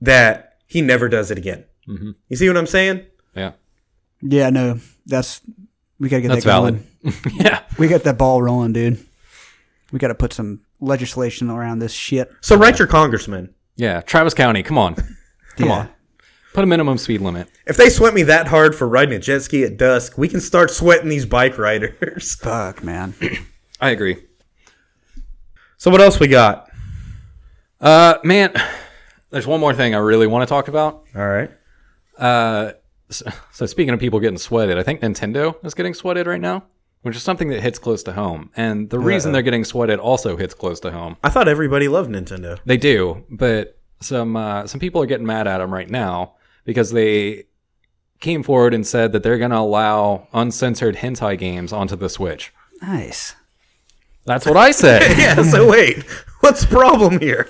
Speaker 3: that he never does it again
Speaker 1: Mhm.
Speaker 3: you see what i'm saying
Speaker 1: Yeah.
Speaker 2: Yeah, no. That's we gotta get
Speaker 1: That's
Speaker 2: that going.
Speaker 1: valid. yeah.
Speaker 2: We got that ball rolling, dude. We gotta put some legislation around this shit.
Speaker 3: so write your congressman
Speaker 1: Yeah. Travis County. Come on. Come
Speaker 2: Yeah.
Speaker 1: on. Put a minimum speed limit.
Speaker 3: If they sweat me that hard for riding a jet ski at dusk, we can start sweating these bike riders.
Speaker 2: Fuck, man.
Speaker 1: I agree.
Speaker 3: so what else we got?
Speaker 1: Uh, man, there's one more thing I really want to talk about.
Speaker 3: All right.
Speaker 1: So, so speaking of people getting sweated, I think Nintendo is getting sweated right now, which is something that hits close to home. And the reason they're getting sweated also hits close to home.
Speaker 3: I thought everybody loved Nintendo.
Speaker 1: They do, but some uh, some people are getting mad at them right now because they came forward and said that they're going to allow uncensored hentai games onto the Switch.
Speaker 2: Nice.
Speaker 1: That's what I said.
Speaker 3: yeah, so wait. What's the problem here?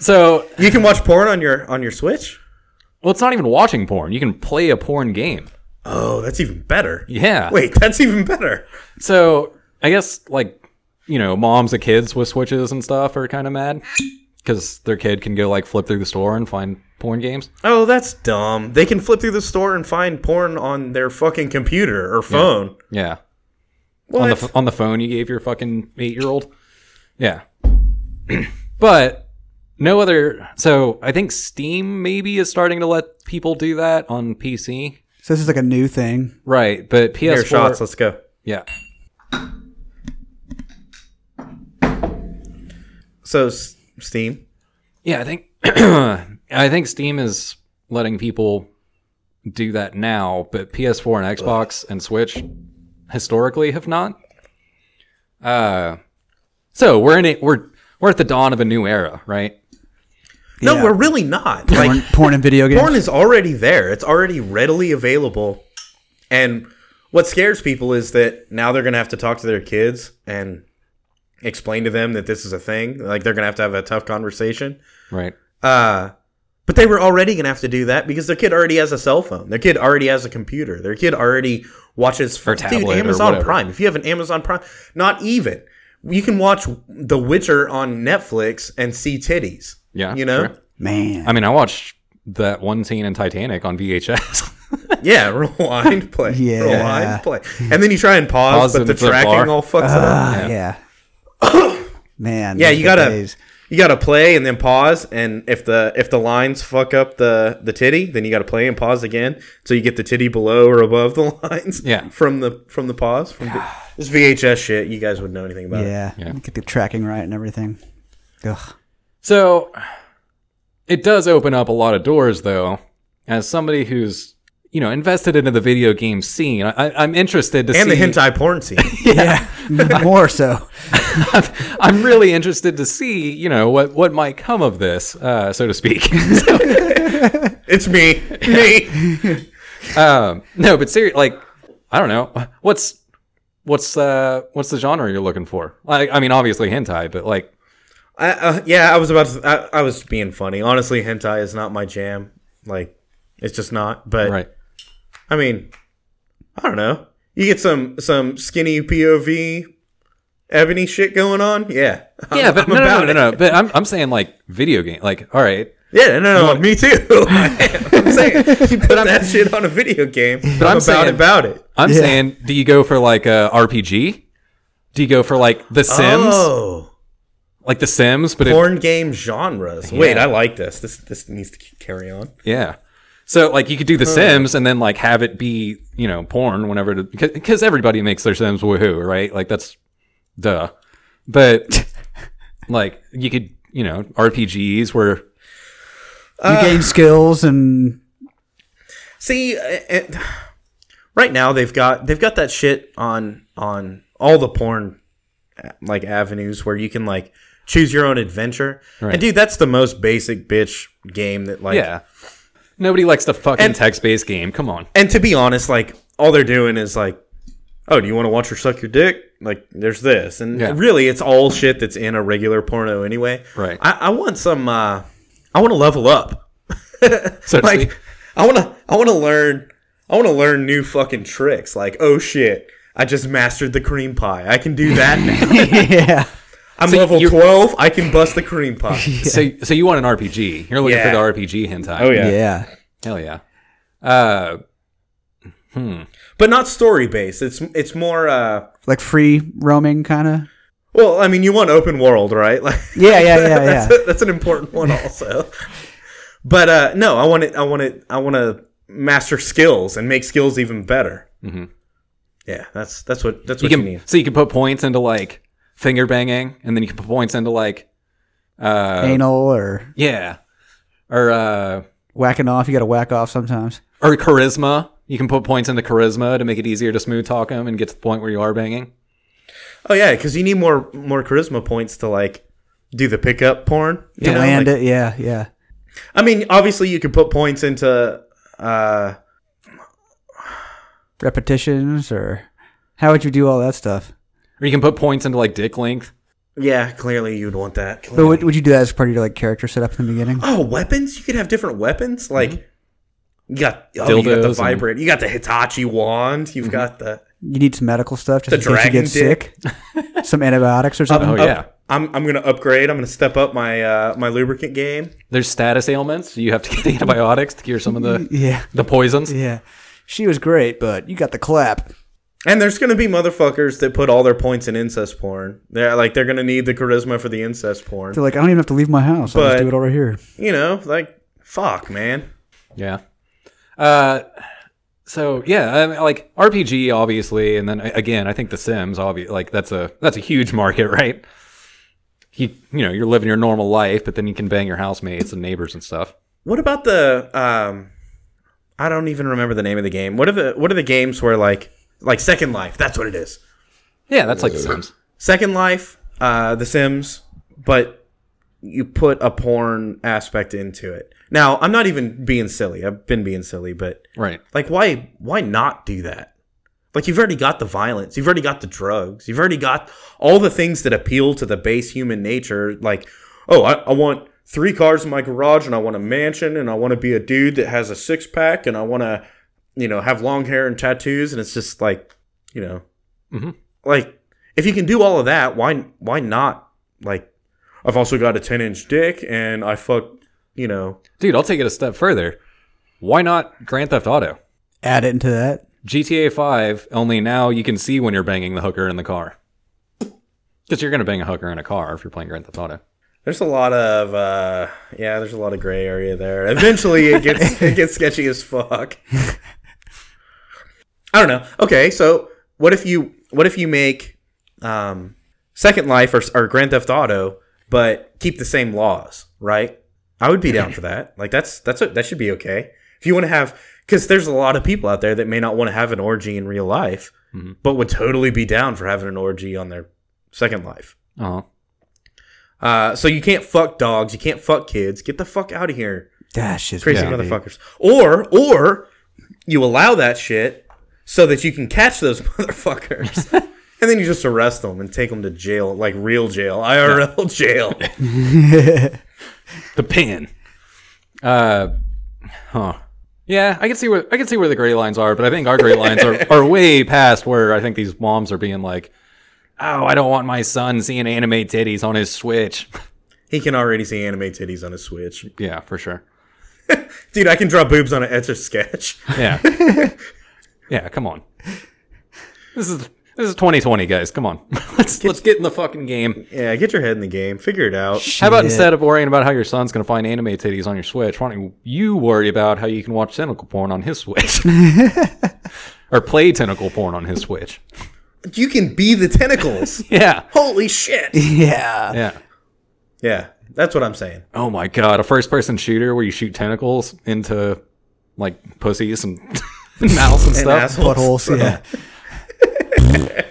Speaker 1: so,
Speaker 3: You can watch porn on your on your Switch?
Speaker 1: well, it's not even watching porn. You can play a porn game.
Speaker 3: Oh, that's even better.
Speaker 1: Yeah.
Speaker 3: Wait, that's even better.
Speaker 1: So I guess like you know, moms of kids with switches and stuff are kind of mad because their kid can go like flip through the store and find porn games.
Speaker 3: Oh, that's dumb. They can flip through the store and find porn on their fucking computer or phone.
Speaker 1: Yeah,
Speaker 3: What?
Speaker 1: on the f- on the phone you gave your fucking eight year old. Yeah, but no other. So I think Steam maybe is starting to let people do that on PC.
Speaker 2: So this is like a new thing.
Speaker 1: Right, but PS4.
Speaker 3: Here, shots. Let's go.
Speaker 1: yeah,
Speaker 3: So S- Steam.
Speaker 1: Yeah, I think I think Steam is letting people do that now, but PS4 and Xbox and Switch historically have not. Uh, so we're in it. We're we're at the dawn of a new era, right?
Speaker 3: No,
Speaker 2: Yeah.
Speaker 3: we're really not.
Speaker 2: Porn,
Speaker 3: Like
Speaker 2: porn and video games.
Speaker 3: porn is already there. It's already readily available. And what scares people is that now they're going to have to talk to their kids and explain to them that this is a thing. Like they're going to have to have a tough conversation.
Speaker 1: Right.
Speaker 3: Uh, but they were already going to have to do that because their kid already has a cell phone. Their kid already has a computer. Their kid already watches
Speaker 1: Or tablet or
Speaker 3: Amazon
Speaker 1: whatever.
Speaker 3: Prime. If you have an Amazon Prime, not even you can watch The Witcher on Netflix and see titties.
Speaker 1: Yeah,
Speaker 3: you know,
Speaker 1: sure.
Speaker 2: Man.
Speaker 1: I mean, I watched that one scene in Titanic on VHS.
Speaker 3: yeah, rewind, play,
Speaker 2: Yeah.
Speaker 3: rewind, play, and then you try and pause,
Speaker 1: Pause
Speaker 3: but
Speaker 1: and
Speaker 3: the
Speaker 1: it's a
Speaker 3: tracking
Speaker 1: bar.
Speaker 3: all fucks up.
Speaker 2: Ah, yeah. Man.
Speaker 3: Yeah,
Speaker 2: those
Speaker 3: you
Speaker 2: were
Speaker 3: gotta
Speaker 2: days.
Speaker 3: you gotta play and then pause, and if the if the lines fuck up the the titty, then you gotta play and pause again, so you get the titty below or above the lines.
Speaker 1: Yeah.
Speaker 3: from the from the pause from the, this VHS shit. You guys wouldn't know anything about it.
Speaker 2: Yeah.
Speaker 1: Yeah.
Speaker 2: Get the tracking right and everything. Ugh.
Speaker 1: So it does open up a lot of doors, though. As somebody who's you know invested into the video game scene, I, I'm interested to
Speaker 3: And
Speaker 1: see
Speaker 3: the hentai porn scene.
Speaker 2: Yeah. More so.
Speaker 1: I'm really interested to see, you know, what what might come of this, uh, so to speak. So,
Speaker 3: it's me, me.
Speaker 1: um, no, but seriously, like, I don't know, what's what's uh, what's the genre you're looking for? Like, I mean, obviously hentai, but like,
Speaker 3: I, uh, yeah, I was about to. I, I was being funny. Honestly, hentai is not my jam. Like, it's just not. But
Speaker 1: right?
Speaker 3: I mean, I don't know. You get some some skinny POV ebony shit going on. Yeah. I'm-
Speaker 1: Yeah, but
Speaker 3: I'm
Speaker 1: no, no, no,
Speaker 3: about
Speaker 1: no,
Speaker 3: it.
Speaker 1: no, But I'm I'm saying like video game. Like, all right,
Speaker 3: Yeah, no, no, no, me too. I'm saying you put that shit on a video game. But
Speaker 1: I'm
Speaker 3: I'm, about
Speaker 1: saying-
Speaker 3: it, about it.
Speaker 1: I'm saying, do you go for like a RPG? Do you go for like The Sims,
Speaker 3: Oh,
Speaker 1: like The Sims, but it,
Speaker 3: porn game genres. Wait, I like this. This this needs to carry on.
Speaker 1: Yeah. So like you could do the Sims and then like have it be you know porn whenever to, because, because everybody makes their Sims woohoo right like that's duh, but like you could you know RPGs where
Speaker 2: You gain skills and
Speaker 3: See, it, it- right now they've got they've got that shit on on all the porn uh, like avenues where you can like choose your own adventure. And dude, that's the most basic bitch game that like.
Speaker 1: yeah nobody likes the fucking
Speaker 3: And-
Speaker 1: text based game come on
Speaker 3: And to be honest, like all they're doing is like, oh, do you want to watch her suck your dick? Like, there's this, and
Speaker 1: Yeah.
Speaker 3: really, it's all shit that's in a regular porno anyway.
Speaker 1: Right.
Speaker 3: I, I want some. uh I want to level up.
Speaker 1: so to
Speaker 3: like
Speaker 1: speak.
Speaker 3: I want to I want to learn I want to learn new fucking tricks. Like oh shit, I just mastered the cream pie. I can do that now.
Speaker 2: yeah.
Speaker 3: I'm
Speaker 1: So
Speaker 3: level
Speaker 1: you're-
Speaker 3: 12. I can bust the cream pie.
Speaker 1: so so you want an RPG you're looking
Speaker 3: Yeah. Oh,
Speaker 1: for the RPG hentai
Speaker 2: Yeah.
Speaker 1: hell yeah uh
Speaker 3: But not story based. It's it's more uh
Speaker 2: Like free roaming kind of.
Speaker 3: well, I mean you want open world, right? Like
Speaker 2: Oh, Yeah, yeah, yeah, yeah.
Speaker 3: that's, that's an important one also. But uh, no, I want to. I want to. I want to master skills and make skills even better. Mm-hmm. Yeah, that's that's what that's
Speaker 1: You
Speaker 3: what you,
Speaker 1: can
Speaker 3: need.
Speaker 1: so you can put points into like finger banging, and then you can put points into like uh
Speaker 2: Anal or
Speaker 1: yeah, or uh
Speaker 2: whacking off. You got to whack off sometimes.
Speaker 1: or charisma. You can put points into charisma to make it easier to smooth talk them and get to the point where you are banging.
Speaker 3: Oh yeah, because you need more more charisma points to like do the pickup porn. You
Speaker 2: To
Speaker 3: know,
Speaker 2: land
Speaker 3: like-
Speaker 2: it. Yeah, yeah.
Speaker 3: I mean, obviously you could put points into. Uh,
Speaker 2: Repetitions or how would you do all that stuff?
Speaker 1: Or you can put points into like dick length.
Speaker 3: yeah, clearly you'd want that.
Speaker 2: But would, would you do that as part of your like character setup in the beginning?
Speaker 3: Oh, weapons! You could have different weapons. Like you got oh, you got
Speaker 1: Mm-hmm. Dildos
Speaker 3: the
Speaker 1: and- Mm-hmm.
Speaker 3: vibrate. You got the Hitachi wand. You've got the.
Speaker 2: You need some medical stuff just
Speaker 3: The
Speaker 2: in case you
Speaker 3: dragon Um, uh,
Speaker 2: get sick. some antibiotics or something.
Speaker 1: Oh
Speaker 3: Up-
Speaker 1: yeah,
Speaker 3: I'm I'm gonna upgrade. I'm gonna step up my uh, my lubricant game.
Speaker 1: there's status ailments. You have to get antibiotics to cure some of the
Speaker 2: yeah,
Speaker 1: the poisons.
Speaker 2: yeah. She was great, but you got the clap.
Speaker 3: And there's gonna be motherfuckers that put all their points in incest porn. They're like they're gonna need the charisma for the incest porn.
Speaker 2: They're like, I don't even have to leave my house. I'll
Speaker 3: But-
Speaker 2: just do it all right here.
Speaker 3: You know, like fuck, man.
Speaker 1: Yeah. Uh, so yeah, I mean, like RPG obviously, and then a- again, I think The Sims obviously like that's a that's a huge market, right? You you know you're living your normal life, but then you can bang your housemates and neighbors and stuff.
Speaker 3: What about the um? I don't even remember the name of the game. What are the what are the games where like like Second Life? That's what it is.
Speaker 1: Yeah, that's like The Sims.
Speaker 3: Second Life, uh, The Sims, but you put a porn aspect into it. Now, I'm not even being silly. I've been being silly, but
Speaker 1: Right.
Speaker 3: like, why why not do that? Like, you've already got the violence, you've already got the drugs, you've already got all the things that appeal to the base human nature. Like, oh, I, I want three cars in my garage, and I want a mansion, and I want to be a dude that has a six pack, and I want to, you know, have long hair and tattoos, and it's just like, you know,
Speaker 1: Mhm.
Speaker 3: like if you can do all of that, why why not? Like, I've also got a ten inch dick, and I fuck, you know,
Speaker 1: Dude, I'll take it a step further. Why not Grand Theft Auto?
Speaker 2: Add it into that.
Speaker 1: GTA 5, only now you can see when you're banging the hooker in the car. Because you're going to bang a hooker in a car if you're playing Grand Theft Auto.
Speaker 3: There's a lot of uh, yeah. There's a lot of gray area there. Eventually, it gets it gets sketchy as fuck. I don't know. Okay, so what if you what if you make um, Second Life or, or Grand Theft Auto, but keep the same laws, right? I would be down for that. Like that's that's a, that should be okay. If you want to have, because there's a lot of people out there that may not want to have an orgy in real life,
Speaker 1: Mhm.
Speaker 3: but would totally be down for having an orgy on their Second Life.
Speaker 1: Uh-huh.
Speaker 3: Uh, so you can't fuck dogs. You can't fuck kids. Get the fuck out of here,
Speaker 2: That shit's
Speaker 3: crazy
Speaker 2: weird, dude.
Speaker 3: motherfuckers. Or or you allow that shit so that you can catch those motherfuckers, and then you just arrest them and take them to jail, like real jail, IRL jail.
Speaker 1: The pin. Uh, huh. Yeah, I can see where I can see where the gray lines are, but I think our gray lines are, are way past where I think these moms are being like, "Oh, I don't want my son seeing anime titties on his Switch."
Speaker 3: He can already see anime titties on his Switch,
Speaker 1: yeah, for sure.
Speaker 3: dude. I can draw boobs on an etch a sketch.
Speaker 1: Yeah, yeah. Come on. This is this is 2020, guys. Come on. let's let's get in the fucking game.
Speaker 3: Yeah, get your head in the game. Figure it out.
Speaker 1: How about
Speaker 2: Shit.
Speaker 1: instead of worrying about how your son's going to find anime titties on your Switch, why don't you worry about how you can watch tentacle porn on his Switch? or play tentacle porn on his Switch.
Speaker 3: You can be the tentacles.
Speaker 1: Yeah.
Speaker 3: Holy shit!
Speaker 2: Yeah.
Speaker 1: Yeah.
Speaker 3: Yeah, that's what I'm saying.
Speaker 1: Oh my god, a first person shooter where you shoot tentacles into like pussies and mouths and
Speaker 3: And
Speaker 1: stuff.
Speaker 3: assholes.
Speaker 2: Buttholes. Yeah. Boing.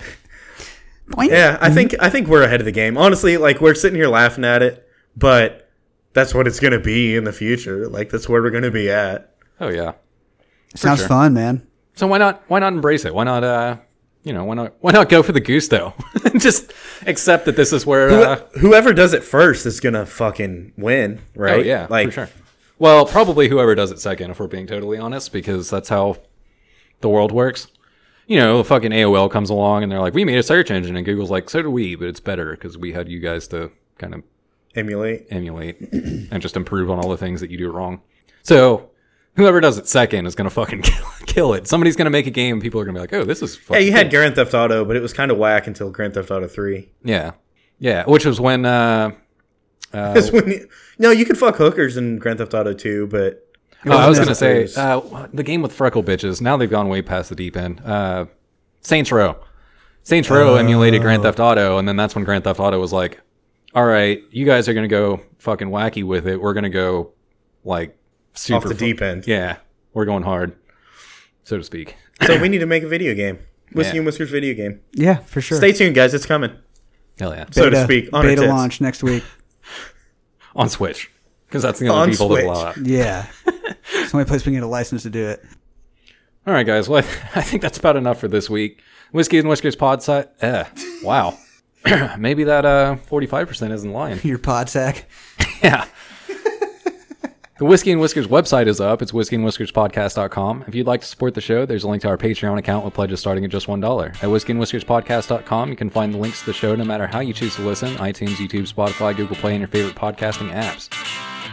Speaker 3: Yeah,
Speaker 1: Mm-hmm.
Speaker 3: I think I think we're ahead of the game. Honestly, like we're sitting here laughing at it, but that's what it's going to be in the future. Like that's where we're going to be at.
Speaker 1: Oh yeah.
Speaker 2: Sounds
Speaker 1: sure.
Speaker 2: fun, man.
Speaker 1: So why not why not embrace it? Why not uh you know, why not why not go for the gusto? Just accept that this is where uh,
Speaker 3: Who- Whoever does it first is going to fucking win, right?
Speaker 1: Oh yeah,
Speaker 3: like
Speaker 1: for sure. Well, probably whoever does it second, if we're being totally honest, because that's how the world works. You know, the fucking AOL comes along and they're like, "We made a search engine," and Google's like, "So do we, but it's better because we had you guys to kind of
Speaker 3: emulate.
Speaker 1: emulate and just improve on all the things that you do wrong." So whoever does it second is gonna fucking kill, kill it. Somebody's gonna make a game, and people are gonna be like, "Oh, this is
Speaker 3: Yeah,
Speaker 1: fucking
Speaker 3: you had Grand Theft Auto, but it was kind of whack until Grand Theft Auto Three.
Speaker 1: yeah, yeah," which was when uh,
Speaker 3: Because when you, no, you could fuck hookers in Grand Theft Auto 2, but
Speaker 1: Oh, I was
Speaker 3: wasn't
Speaker 1: gonna say
Speaker 3: as-
Speaker 1: uh, the game with freckle bitches. Now they've gone way past the deep end. Uh, Saints Row, Saints Row emulated Grand Theft Auto, and then that's when Grand Theft Auto was like, "All right, you guys are gonna go fucking wacky with it. We're gonna go like super
Speaker 3: off the
Speaker 1: fu-
Speaker 3: deep end.
Speaker 1: Yeah, we're going hard, so to speak.
Speaker 3: So we need to make a video game. Whiskey
Speaker 1: Yeah.
Speaker 3: and Whiskers video game.
Speaker 2: Yeah, for sure.
Speaker 3: Stay tuned, guys. It's coming.
Speaker 1: Hell yeah,
Speaker 3: so to speak, on our
Speaker 2: beta
Speaker 3: tits.
Speaker 2: launch next week.
Speaker 1: on Switch because that's the only
Speaker 3: On
Speaker 1: people that will
Speaker 3: Switch.
Speaker 1: allow it.
Speaker 2: Yeah. it's the only place we can get a license to do it.
Speaker 1: All right, guys. Well, I think that's about enough for this week. Whiskey and Whiskers pod site. Eh, wow. Maybe that uh, 45% isn't lying.
Speaker 2: Your pod sack.
Speaker 1: Yeah. the Whiskey and Whiskers website is up. It's whiskeyandwhiskerspodcast.com. If you'd like to support the show, there's a link to our Patreon account with pledges starting at just $1. At whiskeyandwhiskerspodcast.com, you can find the links to the show no matter how you choose to listen iTunes, YouTube, Spotify, Google Play, and your favorite podcasting apps.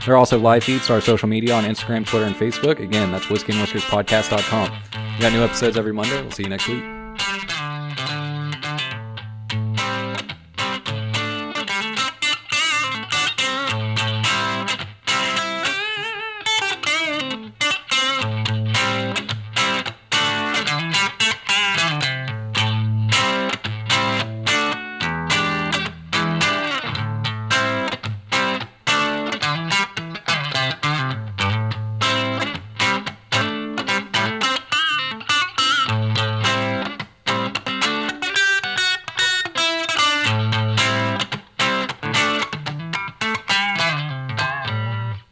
Speaker 1: There are also live feeds to our social media on Instagram, Twitter, and Facebook. Again, that's whiskeyandwhiskerspodcast.com. We got new episodes every Monday. We'll see you next week.